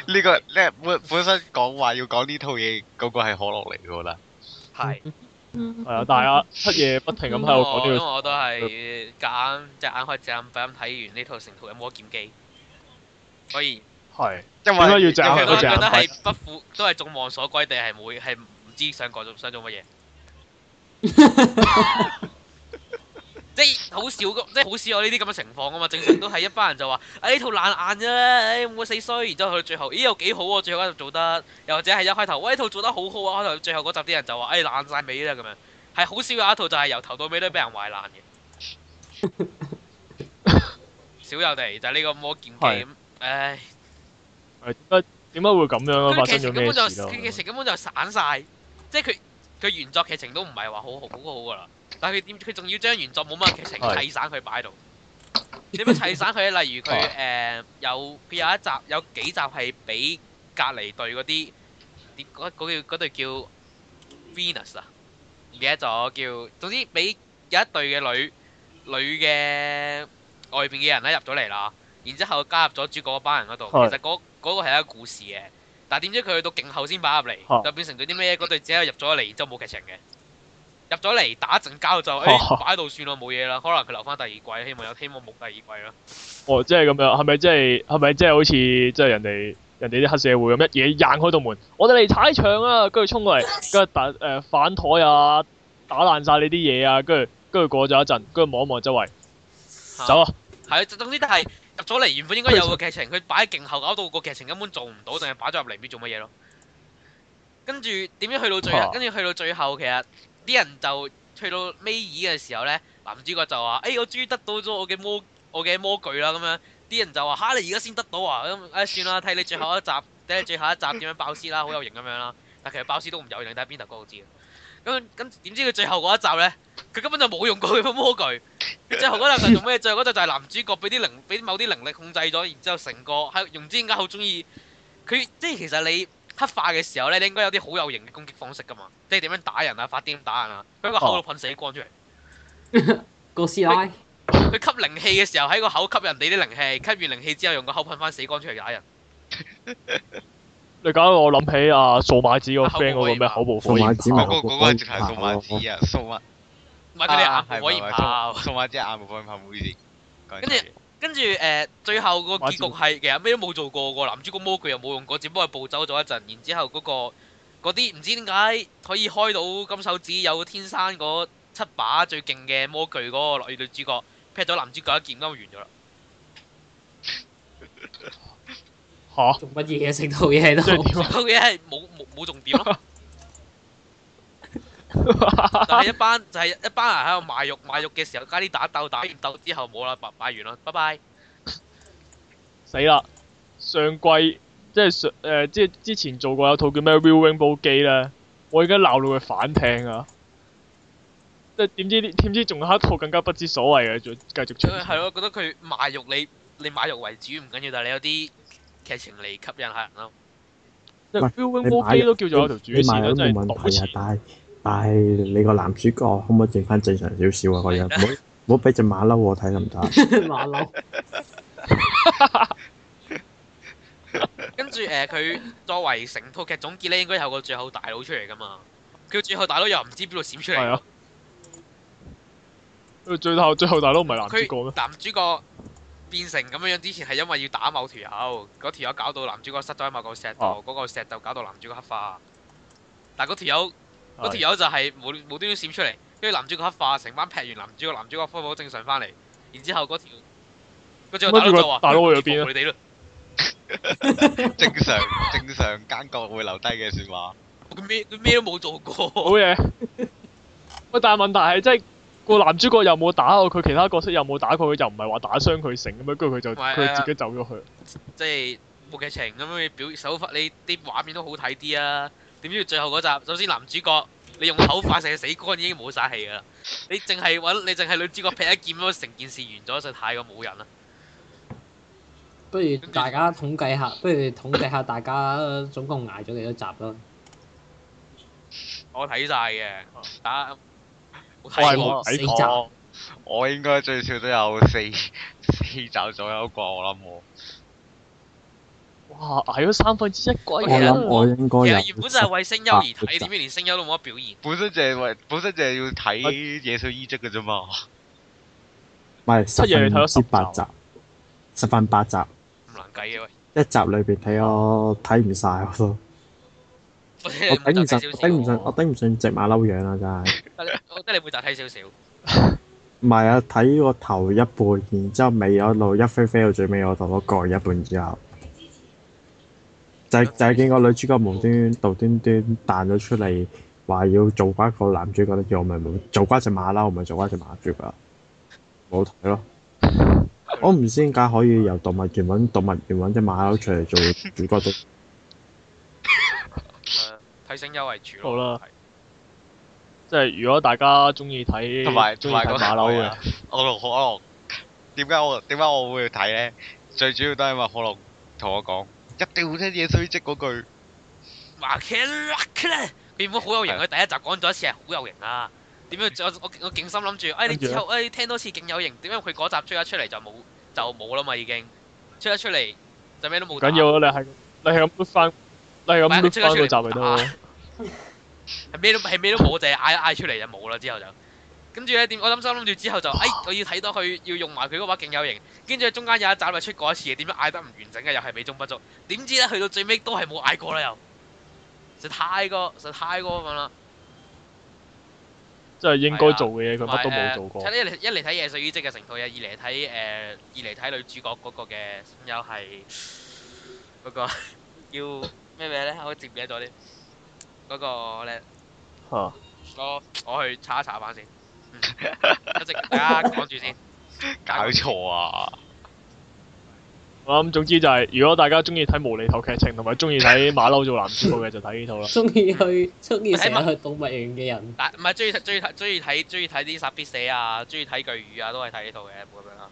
呢個呢本本身講話要講呢套嘢，嗰個係可樂嚟嘅，我覺得。係。係啊，但係阿七爺不停咁喺度講因呢為句。我都係夾硬隻眼開隻眼閉咁睇完呢套成套有冇得劍機，所以係因點解為要隻眼因為我都開隻覺眼得閉係不負，都係眾望所歸定係會係唔知想講做想做乜嘢。即係好少咁，即係好少有呢啲咁嘅情況啊嘛。正常都係一班人就話：，誒、呢套爛眼啫，誒、冇死衰。然之後去到最後，咦又幾好喎、最後一集做得，又或者係一開頭，喂呢套做得好好啊，開頭最後嗰集啲人就話：，誒、哎爛晒尾啦咁樣。係好少有一套就係由頭到尾都俾人壞爛嘅。少有地就係呢個魔劍記係咁，唉。係點解點解會咁樣啊？發生佢劇情咗根咩本就事咯？佢劇情根本就散晒，即係佢佢原作劇情都唔係話好好好好噶啦，但係佢點佢仲要將原作冇乜劇情係砌散佢擺喺度。點樣砌散佢咧？例如佢誒、有佢有一集有幾集係俾隔離隊嗰啲啲嗰嗰叫嗰隊叫 Venus 啊，唔記得咗叫，總之俾有一隊嘅女女嘅外邊嘅人咧入咗嚟啦，然之後加入咗主角嗰班人嗰度，係其實嗰嗰個係一個故事嘅。但係點知佢去到勁後先擺入嚇嚟，就變成咗啲咩？嗰隊只係入咗嚟，然之後冇劇情嘅。入咗嚟打一陣交就嚇誒擺喺度算啦，冇嘢啦。可能佢留翻第二季，希望有希望冇第二季啦。哦，即係咁樣，係咪即係係咪即係好似即係人哋人哋啲黑社會咁一嘢硬開道門，我哋嚟踩場啊，跟住衝過嚟， <laughs> 跟住打誒、呃反台啊，打爛晒你啲嘢啊，跟住跟住過咗一陣，跟住望一望周圍，嚇走啊！係，總之都係入咗嚟，原本應該有個劇情，佢擺喺勁後，搞到個劇情根本做唔到，定係擺咗入嚟唔知做乜嘢咯。跟住點樣去到最啊後？跟住去到最後，其實啲人就去到尾二嘅時候呢，男主角就話：，誒、哎我終於得到咗我嘅魔，我嘅魔具啦！咁樣，啲人就話：，吓，你而家先得到啊！咁，誒、算啦，睇你最後一集，睇你最後一集點樣爆屍啦，好有型咁樣啦。但其實爆屍都唔有型，你睇下邊頭哥都知嘅。咁咁點知佢最後嗰一集呢？佢根本就冇用過佢個魔具。最後嗰集就做咩？最後嗰集就係男主角俾啲靈，俾某啲靈力控制咗，然之後成個喺，唔知點解好中意佢。即係其實你黑化嘅時候咧，你應該有啲好有型嘅攻擊方式噶嘛，即係點樣打人啊，發啲點打人啊，佢喺個哦口度噴死光出嚟。個師奶佢吸靈氣嘅時候喺個口吸人哋啲靈氣，吸完靈氣之後用個口噴翻死光出嚟打人。你搞到我諗起啊數碼子個啊口部 friend 嗰個咩可以口部火數焰碼子咪嗰個嗰個直頭係數碼子啊，數碼唔係佢哋啊係眼火焰炮。數碼子眼部火焰炮，唔好意思。講錯跟住嘢跟住誒、最後個結局係其實咩都冇做過個男主角魔具又冇用過，只不過係暴走咗一陣，然之後嗰、個嗰啲唔知點解可以開到金手指有天生嗰七把最勁嘅魔具嗰個女女主角劈咗男主角一劍咁就完咗啦。嚇，做乜嘢？成套嘢喺即係度。點 <laughs> 啊？嗰嘢係冇冇冇重點咯，就係一班就係、一班人喺度賣肉賣肉嘅時候加啲打鬥打完鬥之後冇啦，賣賣完啦，拜拜。死啦！上季即係上誒，即係之前做過有套叫咩《Real Rainbow 機》咧，我而家鬧到佢反艇啊！即係點知呢點知仲有一套更加不知所謂嘅，仲繼續出。咁係咯，覺得佢賣肉你你賣肉為主唔緊要，但係你有啲劇情嚟吸引下人咯。即喂係 Real 你 Rainbow 買機都叫做有條主你買線啦，咗都真係冇問賭題啊錢，。但係但係你個男主角可唔可以整翻正常少少啊？個樣唔好唔好俾只馬騮我睇得唔啊 <laughs> 得？馬騮跟住誒， <laughs> 佢、作為成套劇總結咧，應該有個最後大佬出嚟噶嘛。佢最後大佬又唔知邊度閃出係嚟啊。。佢最後最後大佬唔係男主角佢咩？男主角變成咁樣樣之前係因為要打某條友，嗰條友搞到男主角塞咗喺某個石度，哦嗰、個石就搞到男主角黑化。但嗰條友嗰係條友就係無無端端閃出嚟，跟住男主角黑化，成班劈完男主角，男主角恢復正常翻嚟，然之後嗰條嗰最後大佬就話：咁大佬去咗邊啊邊你哋咯，正常正常奸角會留低嘅説話，佢咩佢咩都冇做好過，嘢。 <laughs> 喂，但係問題係即係個男主角又冇打過佢，其他角色又冇打過佢，又唔係話打傷佢成咁樣，跟住佢就唔係啊佢誒自己走咗去。即係冇劇情咁樣你表手法，你啲畫面都好睇啲啊！點知最後嗰集，首先男主角你用口快射死乾已經冇晒氣㗎啦，你淨係揾你淨係女主角劈一劍咁，成件事完咗就太過冇人啦。不如大家統計下，不如統計下大家總共捱咗幾多集啦？我睇晒嘅，打哎我我係睇過冇死睇宅過。我應該最少都有四 <laughs> 四集左右啩，我諗我。哇！捱咗三分之一啊個我其實人諗我應該其有實原本就係為聲優而十八集睇，點知連聲優都冇乜表現。本身就係為，本身就係要睇野獸衣職嘅啫嘛。唔係七十夜你睇分咗十之八集集，十分八集，唔難計嘅啊喂，一集裏邊睇我睇唔晒我都，我我頂唔順，睇我頂唔順，我頂唔順只馬騮樣啦真係。我覺得你每集睇少少，唔係啊，睇個頭一半，然之後尾有一路一飛飛到最尾，我就攞過一半之後，就係就係見個女主角無端端無端端彈咗出嚟，話要做瓜個男主角，跟住我咪冇做瓜只馬騮，我咪做瓜只馬主角，冇睇 <laughs> 咯。我唔知點解可以由動物園揾動物園揾只馬騮出嚟做主角都誒啊睇聲優為主咯。好啦即係如果大家中意睇，同埋中同意埋睇嗰馬騮嘅，我同可樂點解我點解我會睇咧？最主要都係因為可樂同我講，一定要聽野獸衣職嗰句。麻茄佢原本好有型，佢第一集講咗一次係好有型啊。點樣我我我勁心諗住，哎你跟住呢之後哎聽多次勁有型，點解佢嗰集追咗出嚟就冇就冇啦嘛已經，追咗出嚟就咩都冇唔打。緊要啦，你係你係咁 look 翻，你係唔係咁佢 look 追咗翻出個嚟啊集咪得咯。係咩都係咩都冇，就係嗌嗌出嚟就冇啦。之後就跟住咧點，我諗心諗住之後就，哎我要睇到佢要用埋佢嗰把勁有型。跟住中間有一集咪出過一次，點樣嗌得唔完整嘅，又係美中不足。點知咧去到最尾都係冇嗌過啦又，實太過實太過咁啦。即係應該做嘅嘢，佢同埋乜都冇誒做過。睇一嚟一嚟睇野獸衣職嘅成套嘢，二嚟睇誒二嚟睇女主角嗰個嘅聲優係嗰個 <laughs> 叫咩名咧？我接唔記得咗添。嗰個咧，嚇我我去查一查 <laughs> 翻先。嗯一直大家講住先。搞錯啊！我諗總之就係，如果大家中意睇無厘頭劇情，同埋中意睇馬騮做男主角嘅，就睇呢套啦。 <laughs> 中意去中意成日去動物園嘅人，但唔係中意睇中意睇中意睇中意睇啲殺必死啊，中意睇巨魚啊，都係睇呢套嘅咁樣啦。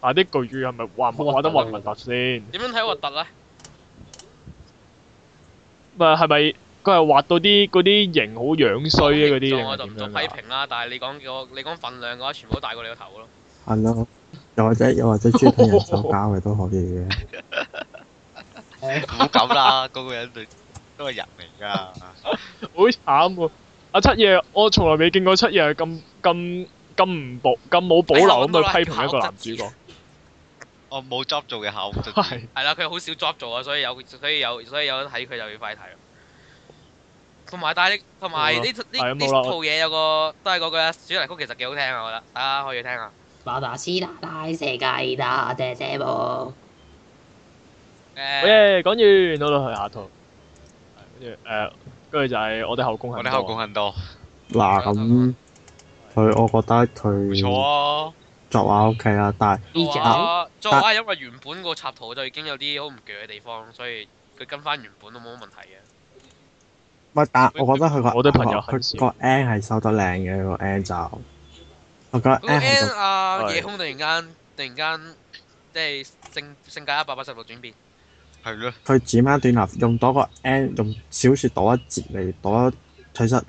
但係啲巨魚係咪畫唔畫得核唔核突先？點樣睇核突咧？咪係咪佢係畫到啲嗰啲型好樣衰嘅嗰啲我就定唔係做點批樣啊？評啦，但係你講個你講份量嘅話，全部都大過你個頭咯。係咯，又或者又或者中意睇人手交嘅都可以嘅。誒唔好咁啦，嗰個人對都係人嚟噶。好慘喎！阿七夜，我從來未見過七夜係咁咁咁唔保咁冇保留咁去批評一個男主角。我冇 job 做嘅下，我就係係啦，佢好少 job 做啊，所以有所以有所以有得睇佢就要快睇啦。同埋但係你同埋呢呢係啊呢冇啦我套嘢有個都係嗰句啦，主題曲其實幾好聽啊，我覺得大家可以聽下。 <laughs> 馬達斯達拉世界大姐姐喎，好嘢，講完誒，到到去下套。跟住誒，跟住就係我哋後宮啊我係哋後宮很多，嗱啊咁，佢我覺得唔佢錯啊！作畫 OK 啦，但係作畫作但畫因為原本個插圖就已經有啲好唔鋸嘅地方，所以佢跟翻原本都冇乜問題嘅。唔係但我覺得佢個我啲朋友佢很少佢個 N 係收得靚嘅個 N 就，我覺得嗰個 N 係 N 個啊，係夜空突然間突然間即係性性格一百八十度轉變，係咯，佢剪翻短頭，用多個 N 用小説多一節嚟多，其實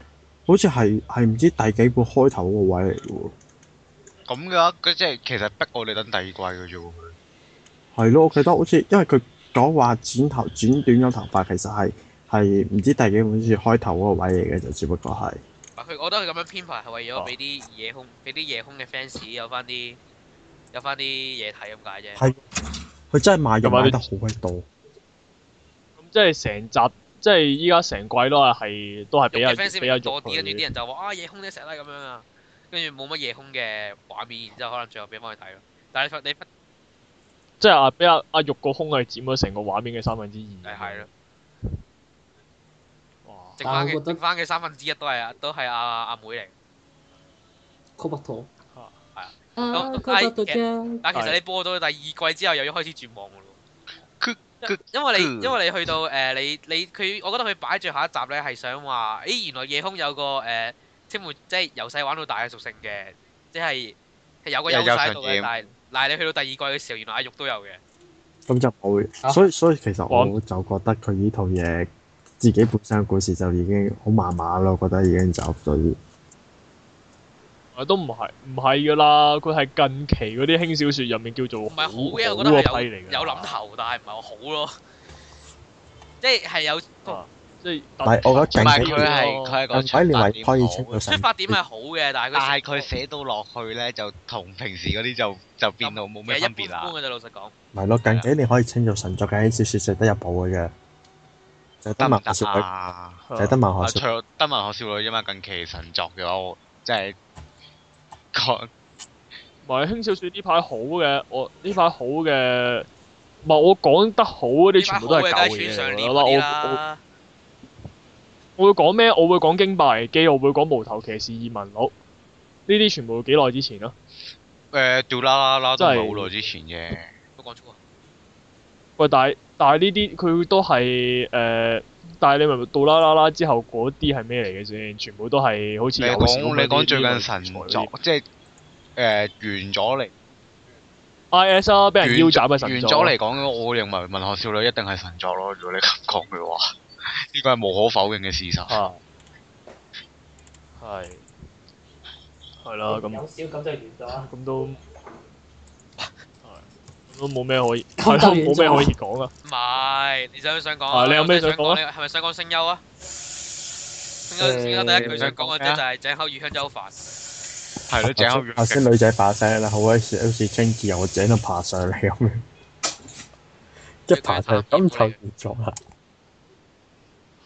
好似係係唔知第幾本開頭嗰個位嚟嘅喎。咁嘅話，佢即係其實逼我哋等第二季嘅啫喎。係咯，我記得好似因為佢講話剪頭剪短咗頭髮，其實係係唔知第幾本好似開頭嗰個位嚟嘅，就只不過係嗱啊佢我覺得佢咁樣編排係為啊咗俾啲夜空，俾啲夜空嘅 fans 有翻啲有翻啲嘢睇咁解啫。係佢真係賣同肉埋佢賣得好喺度，咁即係成集，即係依家成季都係係都係啊俾用阿嘅 fans 俾阿玉咪多啲，跟住啲佢。人就話啊夜空呢成日都係咁樣啊，跟住冇乜夜空嘅啊畫面，然之後可能最後俾翻佢睇咯。但係你你不即係阿俾阿阿玉個胸係佔咗成個畫面嘅三分之嗯二。係係咯，咯。剩但我翻覺嘅得剩翻嘅三分之一都係啊都係阿阿妹嚟。科北陀啊係啊啊，咁科北陀啫，但其實係你播到第二季之後，又要開始絕望噶咯。佢佢因為你嗯因為你去到誒、呃你你佢，我覺得佢擺住下一集咧係想話，咦原來夜空有個誒、呃即係即係由細玩到大嘅屬性嘅，即係係有個優勢喺度有有強嘅，但係但係你去到第二季嘅時候，原來阿玉都有嘅。咁就冇啊嘅。所以所以其實講我就覺得佢呢套嘢自己本身嘅故事就已經好麻麻咯，我覺得已經走咗。啊都唔係唔係噶啦，佢係近期嗰啲輕小說入面叫做唔係好嘅嘅，我覺得啊批係有嚟㗎有諗，頭，但係唔係好咯。 <laughs> 即係係有啊即係但係我唔覺得係勁佢哦係佢係個近幾年出發嚟可以出點好到成出，發點啊係好嘅，但係但係佢佢寫到落去咧，就同平時嗰啲就就變到冇咩分其實一別般啊般啦。嘅啫，老實講。咪咯，近幾年可以稱做神作嘅小説就得一部嘅啫，就得得唔文得學少女，啊？就得文啊，學除少咗得文學少女啫嘛，近期神作嘅話，我即係講唔係輕小說呢排好嘅，我呢排好嘅，唔係我講得好嗰啲全部都係呢舊班好嘅梗嘢係村上嚟年㗎嗰啲啦。我我啦。我會講咩？我會講《驚爆危機》，我會講《無頭騎士異聞錄》，呢啲全部幾耐之前啊咯。誒掉呃啦啦啦都真唔係係好耐之前嘅。都講錯啊！喂，但係但係呢啲佢都係誒、呃但係你明唔明到啦啦啦之後嗰啲係咩嚟嘅先？全部都係好似你有講少你講嗰啲最呢類近神題材嗰啲作，即係誒、呃完咗嚟， I.S. 啊，俾完人腰斬嘅咗神完作。咗嚟講，我認為文學少女一定係神作咯。如果你咁講嘅話， <laughs> 呢個係無可否認嘅事實。啊，係係啦，咁少咁就完咗啦。咁都係咁都冇咩可以，係咯，咁就完冇咗咩啦可以講啊。唔係，你想唔想講啊你有咩想講啊你係咪想講聲優啊？聲優聲優第一句想講嘅啫，就啊係井口裕香真係好煩。係啊咯，井口女。頭先語啊女仔把聲咧，好鬼似好似張智由個井度爬上嚟咁樣，一爬上嚟咁就完咗啦。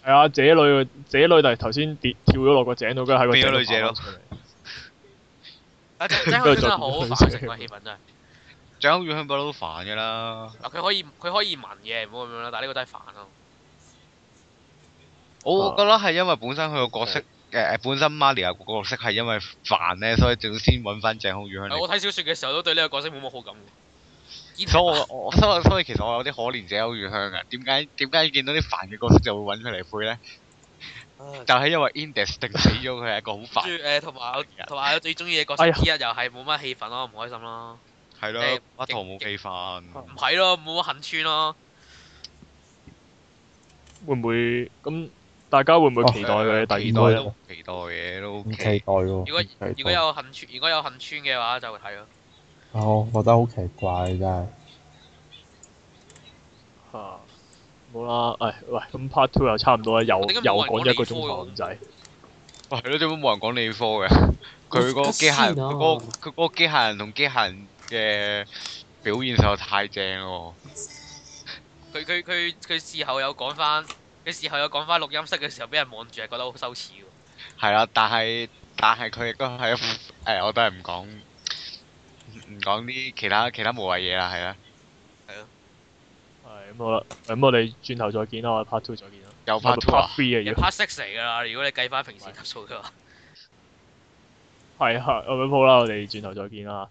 係啊，姐女姐女就係頭先跌跳咗落個井度，跟住喺個井變咗度女姐咯爬返出嚟。 <laughs> 啊井井口裕香真係好煩，成個氣氛真係。井口語香不嬲都煩嘅啦。嗱，佢 <laughs> 可以佢可以文嘅，唔好咁樣啦。但係呢個都係煩啊咯。我啊覺得係因為本身佢個角色誒、誒本身 Maria 個角色係因為煩咧，所以就先揾翻井口語香嚟我睇小説嘅時候都對呢個角色冇乜好感嘅。堅所以我 <laughs> 我所以所以其實我有啲可憐者口語香嘅，點解點解見到啲煩嘅角色就會揾佢嚟配咧？就係因為 Index 定死咗佢係一個好跟 <laughs> 煩，住誒，同埋我同埋我最中意嘅角哎色呀之一又係冇乜氣氛咯，唔開心咯，係誒咯，阿唐冇氣氛，唔係咯，冇乜恨穿咯。會唔會咁？大家會唔會哦期待佢第二啊期季待代都咧？期待嘅都唔 OK 期待。喎，如果唔期待如果有恨穿，如果有恨穿嘅話就會睇咯。啊我覺得好奇怪真係。啊冇啦，唉，喂，咁 Part Two 又差唔多啦，又我點解又冇講咗一人講個你鐘頭科咁滯。喂，係咯，點解冇人講理科嘅？佢嗰個機械人，我佢唔嗰個佢嗰個機械人同機械人嘅表現實在太正咯。佢佢佢佢事後有講翻，佢事後有講翻錄音室嘅時候，俾人望住係覺得好羞恥喎。係啦，但係但係佢亦都係一副誒，我都係唔講唔唔講啲其他其他無謂嘢啦，係啦。係咁好啦，咁我哋轉頭再見啦，我哋 Part Two 再見啦。有 part Part two 啊？ Three 啊，你要 part six 嚟㗎啦，如果你計翻平時級數嘅話。係啊，咁好啦，我哋轉頭再見啦。